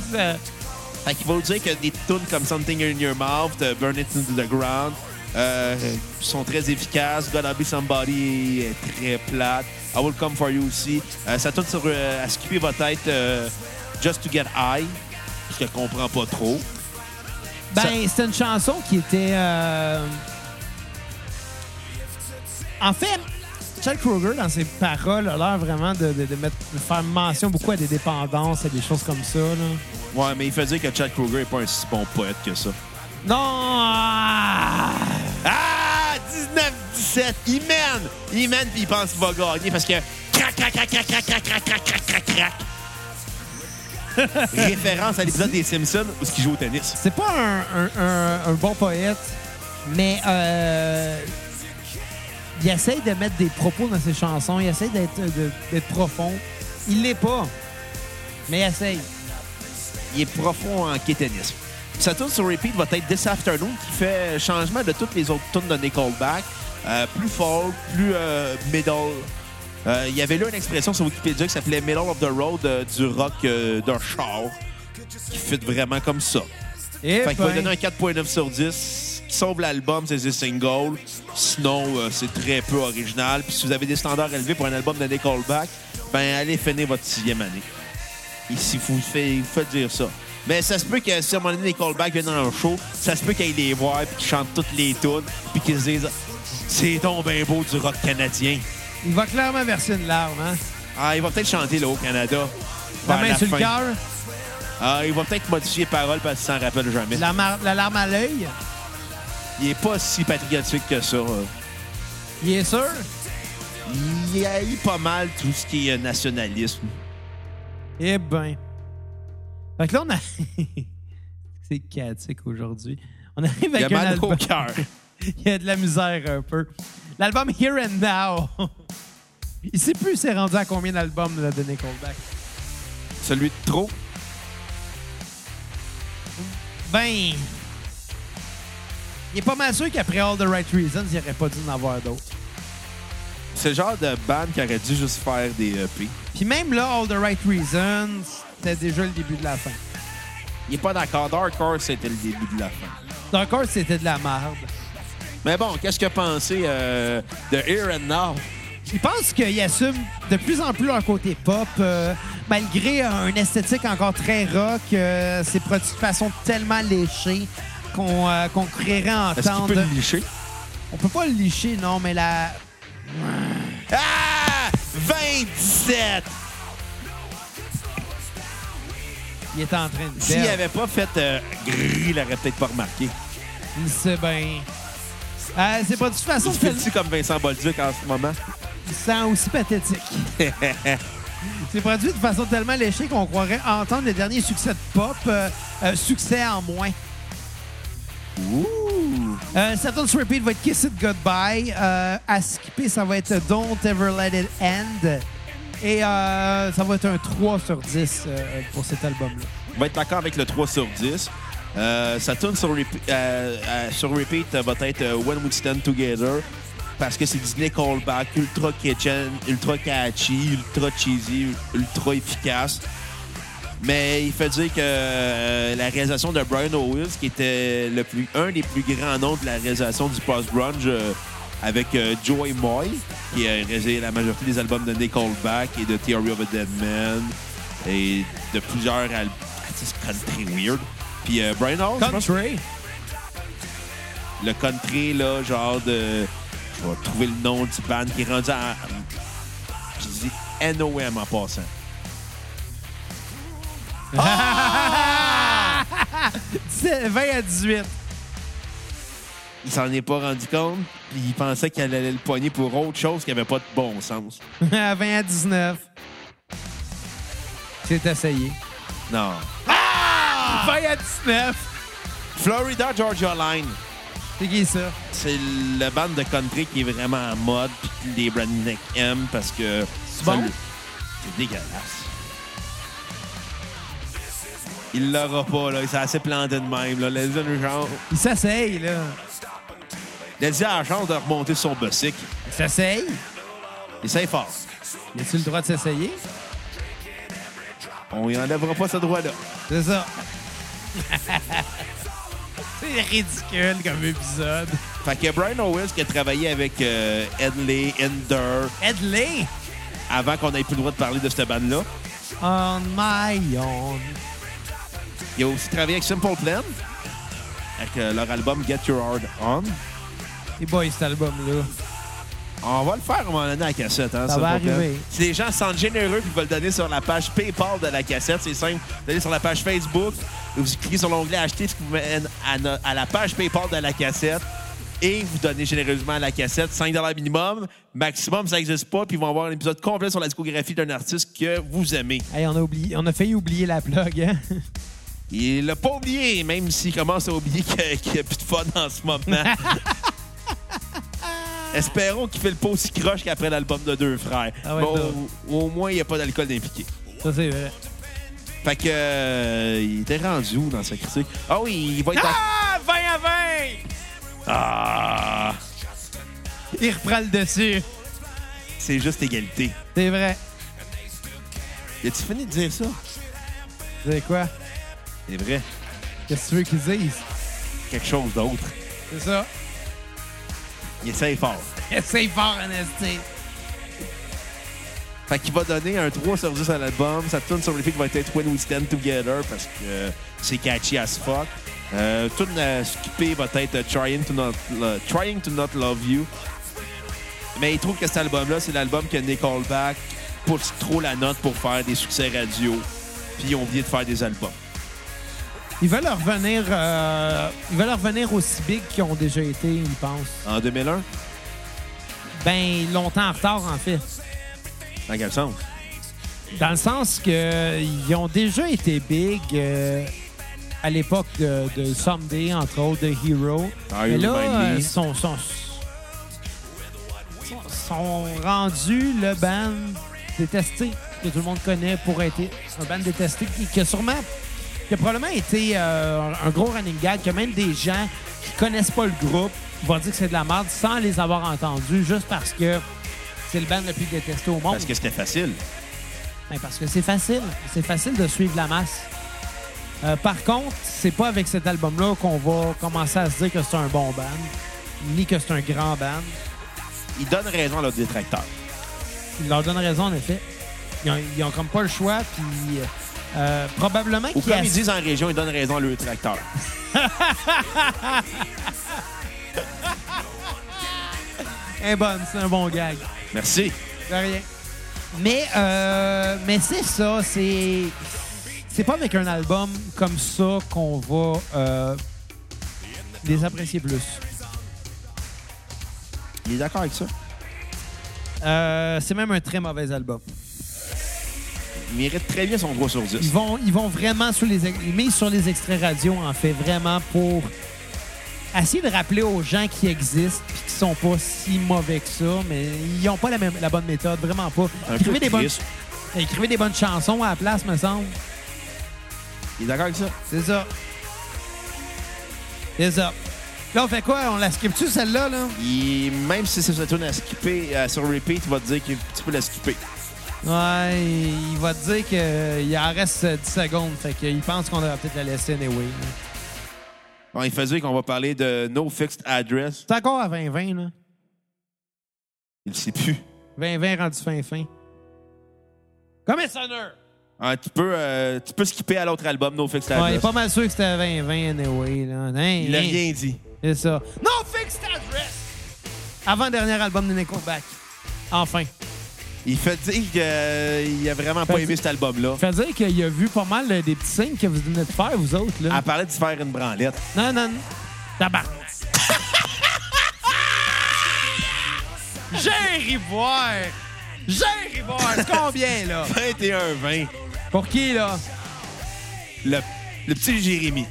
Speaker 2: Fait qu'il va vous dire que des tunes comme Something in Your Mouth, euh, Burn It Into the Ground, euh, sont très efficaces. Gotta Be Somebody est très plate. I Will Come For You aussi. Euh, ça tourne sur euh, à skipper votre tête euh, Just to Get High, parce que je comprends pas trop.
Speaker 1: Ben, c'est une chanson qui était. euh, En fait, Chad Kroger, dans ses paroles, a l'air vraiment de, de- de mettre, de faire mention beaucoup à des dépendances, à des choses comme ça. là.
Speaker 2: Ouais, mais il fait dire que Chad Kroger est pas un si bon poète que ça.
Speaker 1: Non! ah!
Speaker 2: Ah! 19-17! Il mène! Il mène puis il pense qu'il va gagner parce que. Crac, crac, crac, crac, crac, crac, crac, crac, crac, crac, [laughs] crac. Référence à l'épisode des Simpsons où ce qui joue au tennis.
Speaker 1: C'est pas un, un- un- un bon poète, mais euh, il essaye de mettre des propos dans ses chansons, il essaye d'être de- d'être profond. Il l'est pas, mais il essaye.
Speaker 2: Il est profond en quétanisme. Sa tune sur repeat va être This Afternoon qui fait changement de toutes les autres tunes de Nickelback. Euh, plus folk, plus euh, middle. Euh, Il y avait là une expression sur Wikipédia qui s'appelait Middle of the Road euh, du rock euh, d'un char qui fit vraiment comme ça.
Speaker 1: Et
Speaker 2: Fait qu'il va
Speaker 1: ben,
Speaker 2: donner un 4.9 sur 10. Qui sauve l'album, c'est des singles. Sinon, euh, c'est très peu original. Puis si vous avez des standards élevés pour un album de Nickelback, ben allez finir votre sixième année. Et si vous fait- vous faites dire ça. Mais ça se peut que si à un moment donné, Nickelback viennent dans un show, ça se peut qu'ils les voir, puis qu'ils chantent toutes les tunes, puis qu'ils se disent « C'est donc bien beau du rock canadien.
Speaker 1: il va clairement verser une larme. Hein? »
Speaker 2: Ah, il va peut-être chanter là au Canada.
Speaker 1: La
Speaker 2: vers
Speaker 1: main sur le
Speaker 2: fin.
Speaker 1: cœur,
Speaker 2: Ah, il va peut-être modifier les paroles parce qu'il s'en rappelle jamais.
Speaker 1: la, mar- la larme à l'œil,
Speaker 2: Il est pas si patriotique que ça. euh.
Speaker 1: il est sûr.
Speaker 2: Il a eu pas mal tout ce qui est euh, nationalisme.
Speaker 1: Eh ben. Fait que là, on a. [laughs] C'est chaotique aujourd'hui. On arrive
Speaker 2: Il
Speaker 1: avec
Speaker 2: a
Speaker 1: un
Speaker 2: mal
Speaker 1: album-
Speaker 2: au cœur.
Speaker 1: [laughs] Il y a de la misère un peu. L'album Here and Now. [laughs] Il sait plus c'est rendu à combien d'albums là, de Nickelback.
Speaker 2: [laughs] Celui de trop.
Speaker 1: Ben. Il est pas mal sûr qu'après All the Right Reasons, il aurait pas dû en avoir d'autres.
Speaker 2: C'est le genre de band qui aurait dû juste faire des E EP.
Speaker 1: Puis même là, All the Right Reasons, c'était déjà le début de la fin.
Speaker 2: Il est pas d'accord. Dark Horse, c'était le début de la fin.
Speaker 1: Dark Horse, c'était de la merde.
Speaker 2: Mais bon, qu'est-ce que pensez euh, de Here and Now?
Speaker 1: Je pense qu'ils assument de plus en plus leur côté pop, euh, malgré un esthétique encore très rock. euh, c'est produit de façon tellement léchée qu'on euh, qu'on croirait
Speaker 2: Est-ce
Speaker 1: entendre.
Speaker 2: qu'il peut le licher?
Speaker 1: On peut pas le licher, non, mais la.
Speaker 2: Ah! 27!
Speaker 1: Il est en train de
Speaker 2: S'il
Speaker 1: perdre.
Speaker 2: avait pas fait euh, grrr, il aurait peut-être pas remarqué.
Speaker 1: Il sait bien. Euh, c'est pas de toute façon
Speaker 2: Il fait petit comme Vincent Bolduc en ce moment.
Speaker 1: Il sent aussi pathétique.
Speaker 2: [laughs]
Speaker 1: C'est produit de façon tellement léchée qu'on croirait entendre le dernier succès de pop, euh, euh, succès en moins.
Speaker 2: Ouh!
Speaker 1: Euh, Satan's Repeat va être Kiss It Goodbye. Euh, à skipper, ça va être Don't Ever Let It End. Et euh, ça va être un 3 sur 10 euh, pour cet album-là.
Speaker 2: On va être d'accord avec le 3 sur 10. Euh, sa tune sur, repeat- euh, euh, sur repeat euh, va être euh, When We Stand Together parce que c'est Disney Callback, ultra kitchen, ultra catchy, ultra cheesy, ultra efficace. Mais il fait dire que euh, la réalisation de Brian Owens, qui était le plus, un des plus grands noms de la réalisation du post-grunge euh, avec euh, Joey Moy, qui a réalisé la majorité des albums de Nick Oldback et de Theory of a Dead Man et de plusieurs al- artistes country weird. Puis euh, Brian Owens, je pense-
Speaker 1: Country.
Speaker 2: le country, là, genre de. Je vais trouver le nom du band qui est rendu à. Je dis NOM en passant.
Speaker 1: C'est 20 à 18.
Speaker 2: Il s'en est pas rendu compte, puis il pensait qu'elle allait le poigner pour autre chose qui avait pas de bon sens.
Speaker 1: [laughs] À 20 à 19. C'est essayé.
Speaker 2: Non.
Speaker 1: 20 à 19.
Speaker 2: Florida Georgia Line,
Speaker 1: C'est qui ça?
Speaker 2: c'est le band de country qui est vraiment en mode, puis que les Brandneck aiment parce que. C'est
Speaker 1: bon?
Speaker 2: C'est dégueulasse. Il l'aura pas, là. Il s'est assez planté de même, là. Les jeunes gens.
Speaker 1: Il s'essaye, là.
Speaker 2: Il a dit à la chance de remonter son bossic.
Speaker 1: Il s'essaye?
Speaker 2: Essaye fort.
Speaker 1: Y a-tu le droit de s'essayer?
Speaker 2: On y enlèvera pas ce droit-là.
Speaker 1: C'est ça. [laughs] C'est ridicule comme épisode.
Speaker 2: Fait que Brian Owens qui a travaillé avec euh, Henley, Ender,
Speaker 1: Edley!
Speaker 2: avant qu'on ait plus le droit de parler de cette bande-là.
Speaker 1: On my own.
Speaker 2: Il a aussi travaillé avec Simple Plan, avec euh, leur album Get Your Hard On.
Speaker 1: Et boy, cet album-là.
Speaker 2: On va le faire à un moment donné à la cassette. Hein,
Speaker 1: Ça va
Speaker 2: Simple Plan.
Speaker 1: arriver.
Speaker 2: Si les gens se sentent généreux et veulent donner sur la page PayPal de la cassette, c'est simple. Vous allez sur la page Facebook, vous cliquez sur l'onglet Acheter, ce qui vous mène à, no- à la page PayPal de la cassette. Et vous donnez généreusement à la cassette 5 minimum. Maximum, ça n'existe pas. Puis ils vont avoir un épisode complet sur la discographie d'un artiste que vous aimez.
Speaker 1: Hey, on a, oublié, on a failli oublier la plug, hein?
Speaker 2: Il l'a pas oublié, même s'il commence à oublier que- [laughs] qu'il n'y a plus de fun en ce
Speaker 1: [laughs]
Speaker 2: moment. Espérons qu'il fait le pas aussi croche qu'après l'album de deux frères.
Speaker 1: Ah ouais,
Speaker 2: Bon,
Speaker 1: ça.
Speaker 2: au, au moins, il n'y a pas d'alcool impliqué.
Speaker 1: Ça, c'est vrai.
Speaker 2: Fait que. euh, il était rendu où dans sa critique? Ah oui, il va être.
Speaker 1: Ah! 20 à 20!
Speaker 2: dans- Ah!
Speaker 1: Il reprend le dessus.
Speaker 2: C'est juste égalité.
Speaker 1: C'est vrai.
Speaker 2: As-tu fini de dire ça?
Speaker 1: C'est quoi?
Speaker 2: C'est vrai.
Speaker 1: Qu'est-ce que tu veux qu'ils disent?
Speaker 2: Quelque chose d'autre.
Speaker 1: C'est ça.
Speaker 2: Il essaye fort.
Speaker 1: Essaye fort, Anastie.
Speaker 2: Fait qu'il va donner un 3 sur 10 à l'album. Sa tune sur le film va être When We Stand Together parce que euh, c'est catchy as fuck. Euh, tune à skipper va être euh, Trying to Not, Lo- Trying to Not Love You. Mais il trouve que cet album-là, c'est l'album que Nick Hallback pousse trop la note pour faire des succès radio. Puis ils ont oublié de faire des albums.
Speaker 1: Ils veulent revenir, euh, ils veulent revenir aussi big qu'ils ont déjà été, ils pensent.
Speaker 2: En 2001,
Speaker 1: Ben, longtemps en retard, en fait.
Speaker 2: dans quel sens?
Speaker 1: Dans le sens que euh, ils ont déjà été big euh, à l'époque de, de Someday, entre autres, de Hero.
Speaker 2: Are
Speaker 1: Mais
Speaker 2: You
Speaker 1: là,
Speaker 2: Remind Me?
Speaker 1: euh, sont, sont, sont- sont rendus le band détesté que tout le monde connaît pour être un band détesté qui, qui a sûrement, qui a probablement été euh, un gros running gag, que même des gens qui connaissent pas le groupe vont dire que c'est de la merde sans les avoir entendus, juste parce que c'est le band le plus détesté au monde.
Speaker 2: Parce que c'était facile.
Speaker 1: Ben, parce que c'est facile. C'est facile de suivre la masse. Euh, par contre, c'est pas avec cet album-là qu'on va commencer à se dire que c'est un bon band, ni que c'est un grand band.
Speaker 2: Ils donnent raison à leurs détracteurs.
Speaker 1: Il leur donne raison, en effet. Ils ont, ils ont comme pas le choix, puis euh, probablement
Speaker 2: Ou
Speaker 1: qu'ils
Speaker 2: comme ils
Speaker 1: ass-
Speaker 2: disent en région, ils donnent raison à leurs détracteurs.
Speaker 1: Eh, bonne, c'est un bon gag.
Speaker 2: Merci.
Speaker 1: De rien. Mais, euh, mais c'est ça, c'est. C'est pas avec un album comme ça qu'on va euh, les apprécier plus.
Speaker 2: Il est d'accord avec ça?
Speaker 1: Euh, c'est même un très mauvais album.
Speaker 2: Il mérite très bien son 3 sur 10.
Speaker 1: Ils vont, ils vont vraiment sur les, ex- ils misent sur les extraits radio, en fait, vraiment pour essayer de rappeler aux gens qui existent puis qui sont pas si mauvais que ça, mais ils n'ont pas la, même, la bonne méthode, vraiment pas.
Speaker 2: Un peu
Speaker 1: Écrivez des, bonnes,
Speaker 2: triste.
Speaker 1: écrivez des bonnes chansons à la place, me semble.
Speaker 2: Il est d'accord avec ça?
Speaker 1: C'est ça. Is up. Là, on fait quoi? On la skip-tu, celle-là, là?
Speaker 2: Il- même si c'est sa tune à skipper, euh, sur repeat, il va te dire que tu peux la skipper.
Speaker 1: Ouais, il va te dire qu'il en reste 10 secondes. Fait qu'il pense qu'on devrait peut-être la laisser anyway. là.
Speaker 2: Bon, il faisait qu'on va parler de No Fixed Address.
Speaker 1: C'est encore à 20-20, là.
Speaker 2: Il ne sait plus.
Speaker 1: 20-20 rendu fin-fin. Comme sonneur!
Speaker 2: Ah, tu, peux, euh, tu peux skipper à l'autre album, No Fixed
Speaker 1: Ouais, il
Speaker 2: Address.
Speaker 1: est pas mal sûr que c'était à 20-20 anyway, là. Hein,
Speaker 2: Il a
Speaker 1: hein.
Speaker 2: rien dit.
Speaker 1: C'est ça. Non, fixe ta dress! Avant-dernier album de Nickelback. Enfin.
Speaker 2: Il fait dire qu'il a vraiment pas
Speaker 1: Fait-
Speaker 2: aimé cet album-là.
Speaker 1: Fait dire qu'il a vu pas mal euh, des petits signes que vous venez de faire, vous autres, là.
Speaker 2: Elle parlait de se faire une branlette. [laughs]
Speaker 1: Non, non, non. Tabac. Jerry Boire! Jerry Boire! Combien, là?
Speaker 2: 21-20.
Speaker 1: Pour qui, là?
Speaker 2: Le, le petit Jérémy.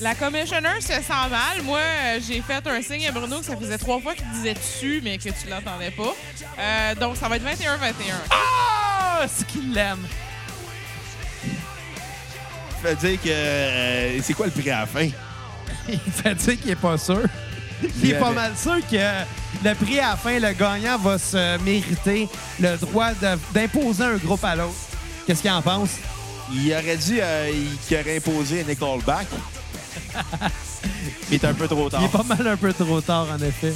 Speaker 3: La commissioner se sent mal. Moi, euh, j'ai fait un signe à Bruno que ça faisait trois fois qu'il disait dessus, mais que tu l'entendais pas. Euh, donc, ça va être 21-21.
Speaker 1: Ah! Ce qu'il l'aime.
Speaker 2: Fait dire que. euh, c'est quoi le prix à la fin?
Speaker 1: [laughs] Il fait dire qu'il est pas sûr. Il est pas mal sûr que le prix à la fin, le gagnant va se mériter le droit de- d'imposer un groupe à l'autre. Qu'est-ce qu'il en pense?
Speaker 2: Il aurait dû. euh, il- qu'il aurait imposé un école back. Mais c'est un peu trop tard.
Speaker 1: Il est pas mal un peu trop tard, en effet.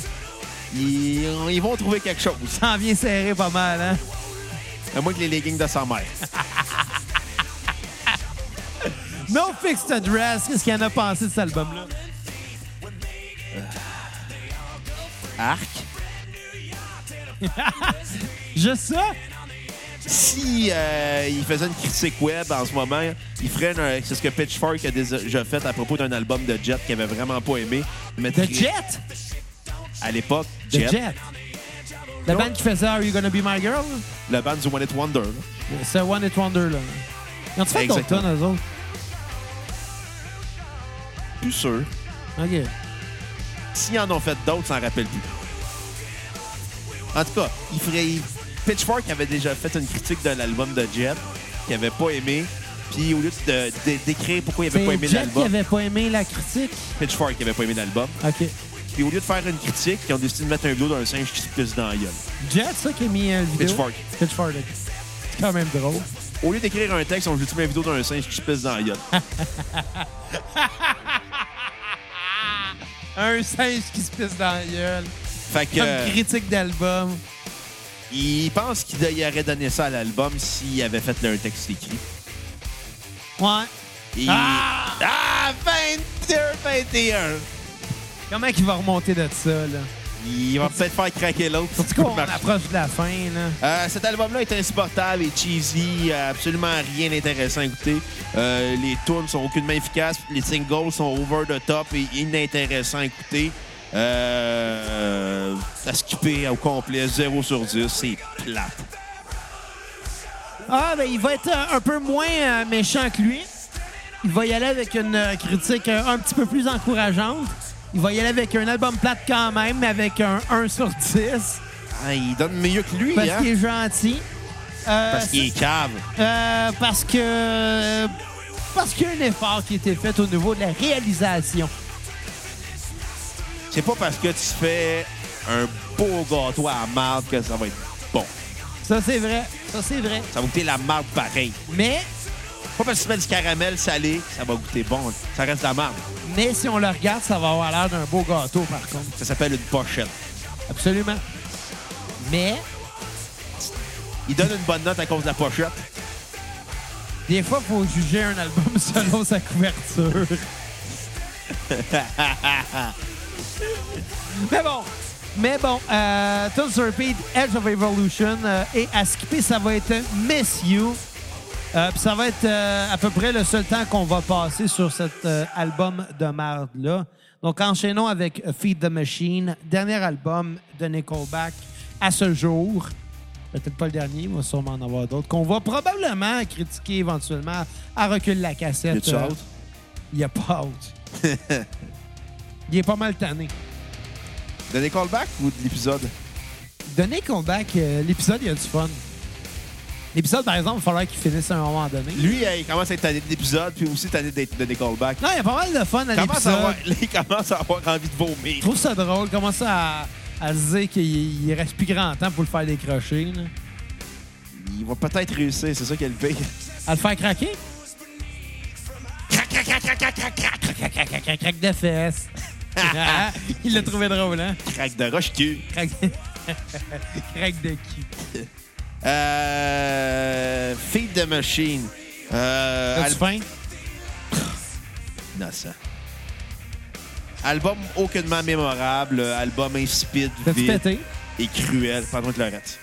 Speaker 2: Ils, euh, ils vont trouver quelque chose.
Speaker 1: T'en viens serré pas mal, hein?
Speaker 2: À moins que les leggings de sa mère.
Speaker 1: No Fixed Address, qu'est-ce qu'il en a pensé de cet album-là?
Speaker 2: Arc.
Speaker 1: Juste ça?
Speaker 2: Si euh, il faisait une critique web en ce moment, il ferait un- c'est ce que Pitchfork a déjà fait à propos d'un album de Jet qu'il avait vraiment pas aimé.
Speaker 1: The
Speaker 2: Il mettrait-
Speaker 1: Jet?
Speaker 2: À l'époque,
Speaker 1: The
Speaker 2: Jet,
Speaker 1: Jet. La band qui faisait Are You Gonna Be My Girl?
Speaker 2: le band du One It Wonder. là.
Speaker 1: C'est One It Wonder, là. Ils ont fait d'autres
Speaker 2: Exactement.
Speaker 1: tonnes, eux autres?
Speaker 2: Plus sûr.
Speaker 1: OK.
Speaker 2: S'ils en ont fait d'autres, ça en rappelle plus. En tout cas, il ferait. il- Pitchfork avait déjà fait une critique de l'album de Jet qu'il avait pas aimé. Puis au lieu de, de- d'écrire pourquoi il avait pas
Speaker 1: C'est Jet
Speaker 2: aimé
Speaker 1: qui
Speaker 2: l'album,
Speaker 1: avait pas aimé la critique.
Speaker 2: Pitchfork avait pas aimé l'album.
Speaker 1: OK.
Speaker 2: Puis au lieu de faire une critique, ils ont décidé de mettre un vidéo d'un singe qui se pisse dans la gueule.
Speaker 1: Jet, ça, qui a mis euh, le vidéo.
Speaker 2: Pitchfork.
Speaker 1: Pitchfork. ok. C'est quand même drôle.
Speaker 2: Au lieu d'écrire un texte, on joue une vidéo d'un singe qui se pisse dans la gueule.
Speaker 1: Ah, Un singe qui se pisse dans la gueule.
Speaker 2: Fait que,
Speaker 1: Comme
Speaker 2: euh,
Speaker 1: critique d'album.
Speaker 2: il pense qu'il il aurait donné ça à l'album s'il avait fait un texte écrit.
Speaker 1: Ouais.
Speaker 2: Et-
Speaker 1: Ah!
Speaker 2: Ah! 22, 21!
Speaker 1: Comment qu'il va remonter de ça, là?
Speaker 2: Il va peut-être faire craquer l'autre.
Speaker 1: Surtout qu'on approche de la fin, là.
Speaker 2: Euh, cet album-là est insupportable et cheesy, euh, absolument rien d'intéressant à écouter. Euh, les tunes sont aucunement efficaces, les singles sont over the top et inintéressants à écouter. Euh, à skipper au complet, 0 sur 10, c'est plate.
Speaker 1: Ah, ben il va être euh, un peu moins euh, méchant que lui. Il va y aller avec une euh, critique euh, un petit peu plus encourageante. Il va y aller avec un album plate quand même, mais avec un 1 sur 10.
Speaker 2: Ah, il donne mieux que lui,
Speaker 1: Parce
Speaker 2: hein?
Speaker 1: qu'il est gentil. Euh,
Speaker 2: Parce qu'il est cave.
Speaker 1: euh, parce que. euh, Parce qu'il y a un effort qui a été fait au niveau de la réalisation.
Speaker 2: C'est pas parce que tu fais un beau gâteau à la marde que ça va être bon.
Speaker 1: Ça, c'est vrai. Ça, c'est vrai.
Speaker 2: Ça va goûter la marde pareil.
Speaker 1: Mais,
Speaker 2: Pas parce que tu mets du caramel salé, ça va goûter bon. Ça reste de la marde.
Speaker 1: mais si on le regarde, ça va avoir l'air d'un beau gâteau, par contre.
Speaker 2: Ça s'appelle une pochette.
Speaker 1: Absolument. Mais,
Speaker 2: Il donne une bonne note à cause de la pochette.
Speaker 1: Des fois, faut juger un album [laughs] selon sa couverture. mais bon, mais bon, euh, Tunes to Repeat, Edge of Evolution euh, et à skipper, ça va être Miss You. Euh, Puis ça va être euh, à peu près le seul temps qu'on va passer sur cet euh, album de merde-là. Donc, enchaînons avec Feed the Machine, dernier album de Nickelback à ce jour. Peut-être pas le dernier, mais sûrement en avoir d'autres qu'on va probablement critiquer éventuellement à recul la cassette.
Speaker 2: Y a-tu
Speaker 1: Euh,
Speaker 2: hâte?
Speaker 1: y a pas hâte.
Speaker 2: [laughs]
Speaker 1: Il est pas mal tanné.
Speaker 2: De des callbacks ou de l'épisode?
Speaker 1: Donnez combat, euh, l'épisode, il y a du fun. L'épisode, par exemple, il va falloir qu'il finisse à un moment donné.
Speaker 2: Lui, euh, il commence à être tanné de l'épisode, puis aussi tanné d'être- de des callbacks.
Speaker 1: Non, il y a pas mal de fun à
Speaker 2: Il commence, à avoir, [laughs]
Speaker 1: l'épisode.
Speaker 2: il commence à avoir envie de
Speaker 1: Je
Speaker 2: vomir.
Speaker 1: trouve ça drôle. Commence à, à se dire qu'il il reste plus grand temps pour le faire décrocher. là.
Speaker 2: Il va peut-être réussir, c'est ça qu'elle fait.
Speaker 1: À le faire craquer? Crac, crac, crac, crac, crac de fesses. Ah, il l'a trouvé drôle, hein?
Speaker 2: Crac de roche cul.
Speaker 1: Crac, [laughs] crac de cul.
Speaker 2: Euh, Feed the Machine. Euh,
Speaker 1: T'as-tu
Speaker 2: al-
Speaker 1: faim?
Speaker 2: innocent. Album aucunement mémorable, euh, album insipide,
Speaker 1: T'as-tu
Speaker 2: vide
Speaker 1: pété?
Speaker 2: et cruel. Pardon de [laughs] Lorette.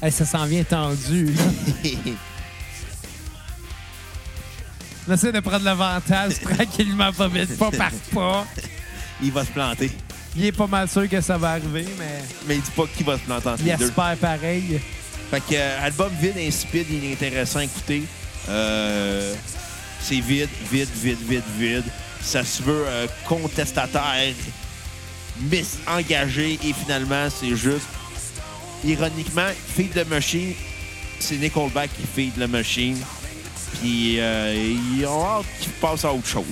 Speaker 1: Hey, ça s'en vient tendu. là. On essaie de prendre l'avantage [laughs] tranquillement, pas vite, pas par pas.
Speaker 2: il va se planter.
Speaker 1: Il est pas mal sûr que ça va arriver, mais
Speaker 2: Mais il dit pas qu'il va se planter entre
Speaker 1: il
Speaker 2: les deux.
Speaker 1: espère pareil.
Speaker 2: Fait que euh, album vide, insipide, inintéressant à écouter. Euh, c'est vide, vide, vide, vide, vide. Ça se veut euh, contestataire, misengagé et finalement, c'est juste. Ironiquement, Feed the Machine, c'est Nicole Back qui Feed the Machine. Puis euh, ils ont hâte qu'ils passent à autre chose.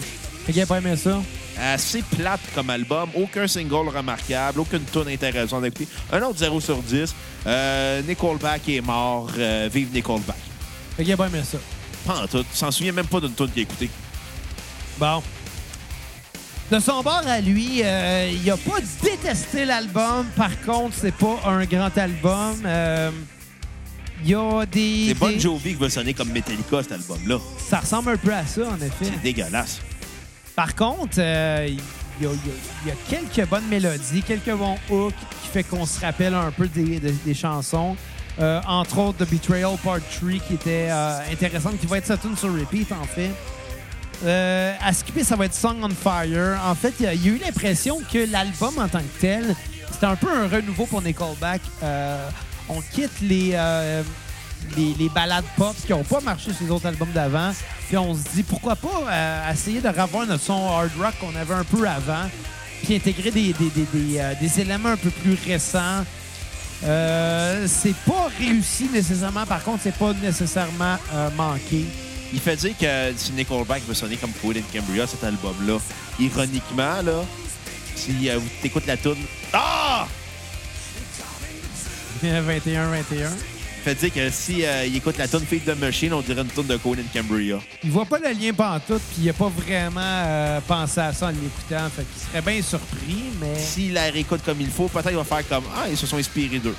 Speaker 1: Fait qu'il a pas aimé ça.
Speaker 2: Assez plate comme album, aucun single remarquable, aucune tune intéressante à écouter. Un autre 0 sur 10. Euh, Nickelback est mort, euh, vive Nickelback.
Speaker 1: Fait qu'il a pas aimé ça.
Speaker 2: Pas en tout, tu s'en souviens même pas d'une tune qu'il a écoutée.
Speaker 1: Bon. De son bord à lui, euh, il a pas détesté l'album. Par contre, c'est pas un grand album. Euh, Il y a des.
Speaker 2: C'est Bon
Speaker 1: des-
Speaker 2: Jovi qui va sonner comme Metallica, cet album-là.
Speaker 1: Ça ressemble un peu à ça, en effet.
Speaker 2: C'est dégueulasse.
Speaker 1: Par contre, euh, il y, a- il y a- il y a quelques bonnes mélodies, quelques bons hooks qui fait qu'on se rappelle un peu des, des- des chansons. Euh, entre autres, The Betrayal Part 3 qui était euh, intéressante, qui va être sa tune sur repeat, en fait. Euh, à skipper, ça va être Song on Fire. En fait, il y a- il y a eu l'impression que l'album en tant que tel, c'était un peu un renouveau pour Nickelback. Euh, on quitte les, euh, les, les ballades pop qui n'ont pas marché sur les autres albums d'avant. Puis on se dit, pourquoi pas euh, essayer de revoir notre son hard rock qu'on avait un peu avant, puis intégrer des, des, des- des, euh, des éléments un peu plus récents. Euh, c'est pas réussi nécessairement, par contre, c'est pas nécessairement euh, manqué. [laughs]
Speaker 2: Il fait dire que si Nickelback va sonner comme Queen and Cambria, cet album-là. Ironiquement, là, si euh, t'écoutes la tune, ah!
Speaker 1: 21-21.
Speaker 2: Il fait dire que si euh, il écoute la tune Feed the Machine, on dirait une tune de Queen and Cambria.
Speaker 1: Il voit pas le lien pantoute, puis il a pas vraiment euh, pensé à ça en l'écoutant. Fait qu'il serait bien surpris, mais...
Speaker 2: S'il la réécoute comme il faut, peut-être il va faire comme Ah, ils se sont inspirés d'eux.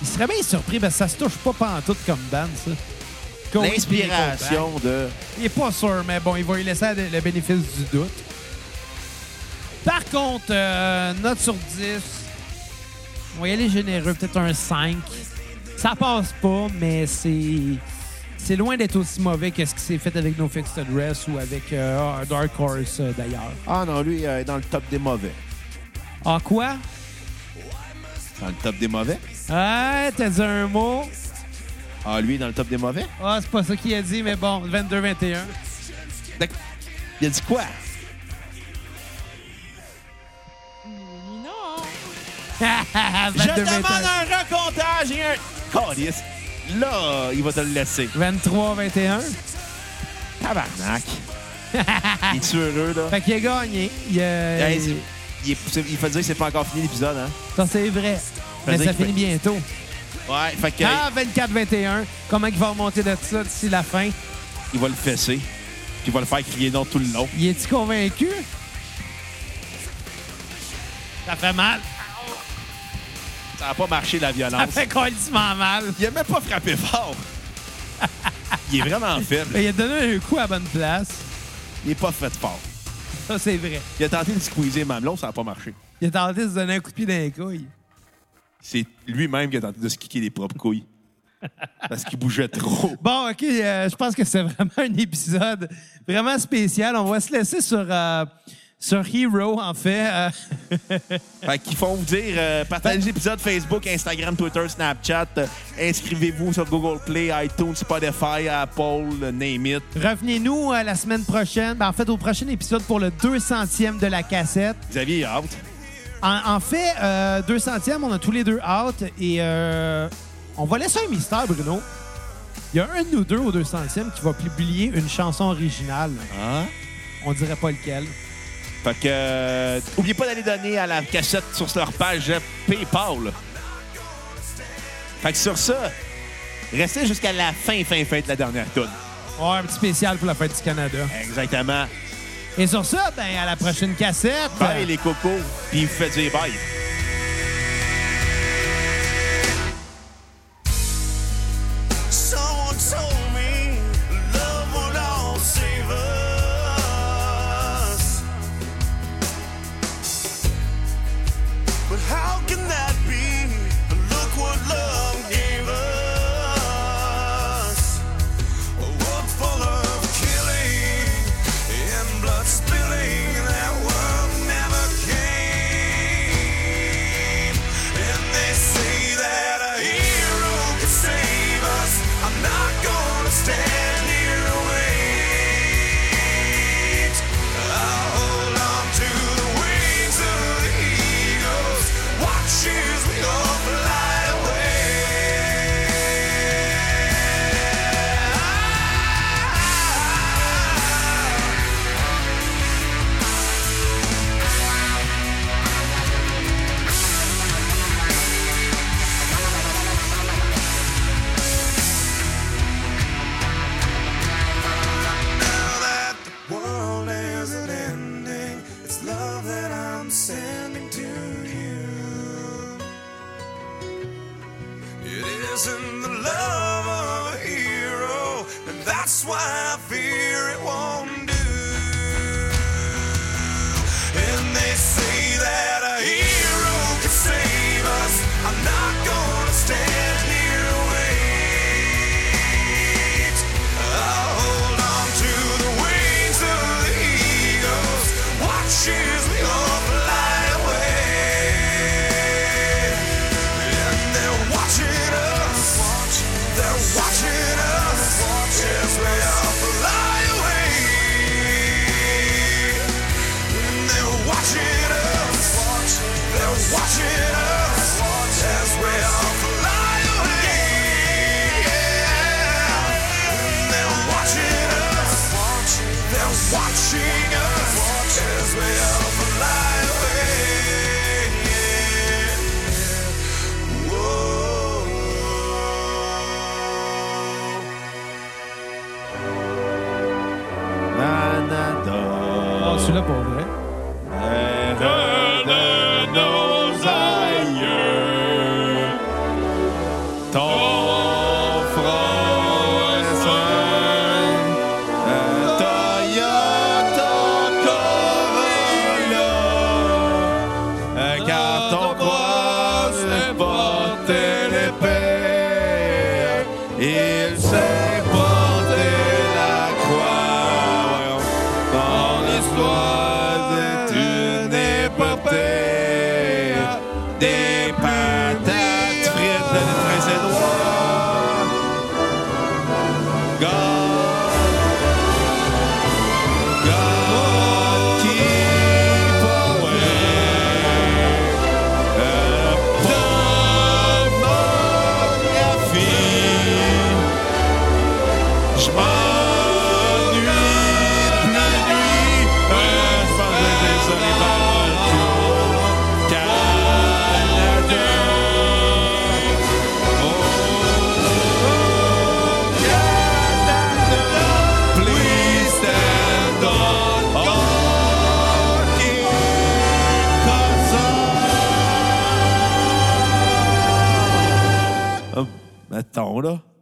Speaker 1: Il serait bien surpris, parce que ça se touche pas pantoute comme band, ça. Coldplay, Nickelback.
Speaker 2: L'inspiration de.
Speaker 1: Il est pas sûr, mais bon, il va lui laisser le bénéfice du doute. Par contre, euh, note sur 10, on va y aller généreux, peut-être un 5. Ça passe pas, mais c'est c'est loin d'être aussi mauvais que ce qui s'est fait avec No Fixed Address ou avec euh, Dark Horse, euh, d'ailleurs.
Speaker 2: Ah non, lui, euh, il est dans le top des mauvais.
Speaker 1: En quoi?
Speaker 2: Dans le top des mauvais?
Speaker 1: Ah, t'as dit un mot.
Speaker 2: Ah, lui, il est dans le top des mauvais?
Speaker 1: Ah, c'est pas ça qu'il a dit, mais bon, 22-21.
Speaker 2: D'ac- Il a dit quoi?
Speaker 3: Non!
Speaker 1: Ah,
Speaker 2: Je
Speaker 1: 22-21.
Speaker 2: demande un recomptage et un. Calice. Là, il va te le laisser.
Speaker 1: 23-21.
Speaker 2: Tabarnak. [laughs] il est heureux, là?
Speaker 1: Fait qu'il a gagné. Il a-
Speaker 2: Hey, c'est- il, est- c'est- il faut dire que c'est pas encore fini l'épisode, hein?
Speaker 1: Ça, c'est vrai. Mais
Speaker 2: Faisait
Speaker 1: ça
Speaker 2: qu'il fait-
Speaker 1: finit bientôt.
Speaker 2: Ouais, fait que,
Speaker 1: Ah, 24-21. Comment il va remonter de ça d'ici la fin?
Speaker 2: il va le fesser. Puis il va le faire crier non tout le long.
Speaker 1: Il est-tu convaincu? Ça fait mal.
Speaker 2: Ça n'a pas marché, la
Speaker 1: Ça
Speaker 2: violence.
Speaker 1: fait complètement mal.
Speaker 2: Il a même pas frappé fort. [laughs] il est vraiment faible.
Speaker 1: Il a donné un coup à la bonne place.
Speaker 2: Il est pas fait fort.
Speaker 1: Ça, c'est vrai.
Speaker 2: Il a tenté de squeezer les mamelons, ça n'a pas marché.
Speaker 1: Il a tenté de se donner un coup de pied dans les couilles.
Speaker 2: C'est lui-même qui a tenté de se kicker les propres couilles. Parce qu'il bougeait trop.
Speaker 1: Bon, OK, euh, je pense que c'est [laughs] vraiment un épisode vraiment spécial. On va se laisser sur, euh, sur Hero, en fait. Euh,
Speaker 2: Fait qu'ils font vous dire, euh, partagez l'épisode Facebook, Instagram, Twitter, Snapchat. Euh, Inscrivez-vous sur Google Play, iTunes, Spotify, Apple, euh, name it.
Speaker 1: Revenez-nous euh, la semaine prochaine. Ben, en fait, au prochain épisode pour le 200e de la cassette.
Speaker 2: Xavier, il a hâte.
Speaker 1: En, en fait, euh, 200e, on a tous les deux out et euh, on va laisser un mystère, Bruno. Il y a un de nous deux au 200e qui va publier une chanson originale.
Speaker 2: Hein?
Speaker 1: On dirait pas lequel.
Speaker 2: Fait que. euh, oubliez pas d'aller donner à la cassette sur leur page euh, PayPal. Fait que sur ça, restez jusqu'à la fin, fin, fin de la dernière tune.
Speaker 1: Ouais, un petit spécial pour la fête du Canada.
Speaker 2: Exactement.
Speaker 1: Et sur ça, ben à la prochaine cassette.
Speaker 2: Bye les cocos, puis vous faites des bye.
Speaker 4: Someone told me love will all save us. But how can that be? Look what love gave us. A world full of killing and blood spilling. That world never came. And they say that a hero can save us. I'm not gonna stand here and wait. I'll hold on to the wings of the eagles. Watch as we all fly away. now that the world is an ending, it's love that I'm sending to you. It isn't the love of a hero, and that's why I fear it won't do. And they say that a hero can save us. I'm not gonna stand here and wait. I'll Uh, hold on to the wings of the eagles. Watch as we all fly away. And they're watching us. They're watching us. As we all fly away. And they're watching us. They're watching us. As we all fly away. And they're watching us. They're watching us. As we all fly away. Whoa.
Speaker 1: Ah,
Speaker 2: Canada.
Speaker 1: Ah, celui-là pour vrai.
Speaker 2: Terre de nos aïeux, ton frère, un Toyota Corolla, un carton croise porter l'épée, il sait porter la croix. Dans l'histoire est une épopée Des patates frites de notre Édouard God God keep away A pornographie je m'ennuie la nuit. Euh, je pense que j'ai désolé, Valentine. Canada. Oh, oh, Canada. Please stand up. Hockey comme ça. Hum, Attends, là.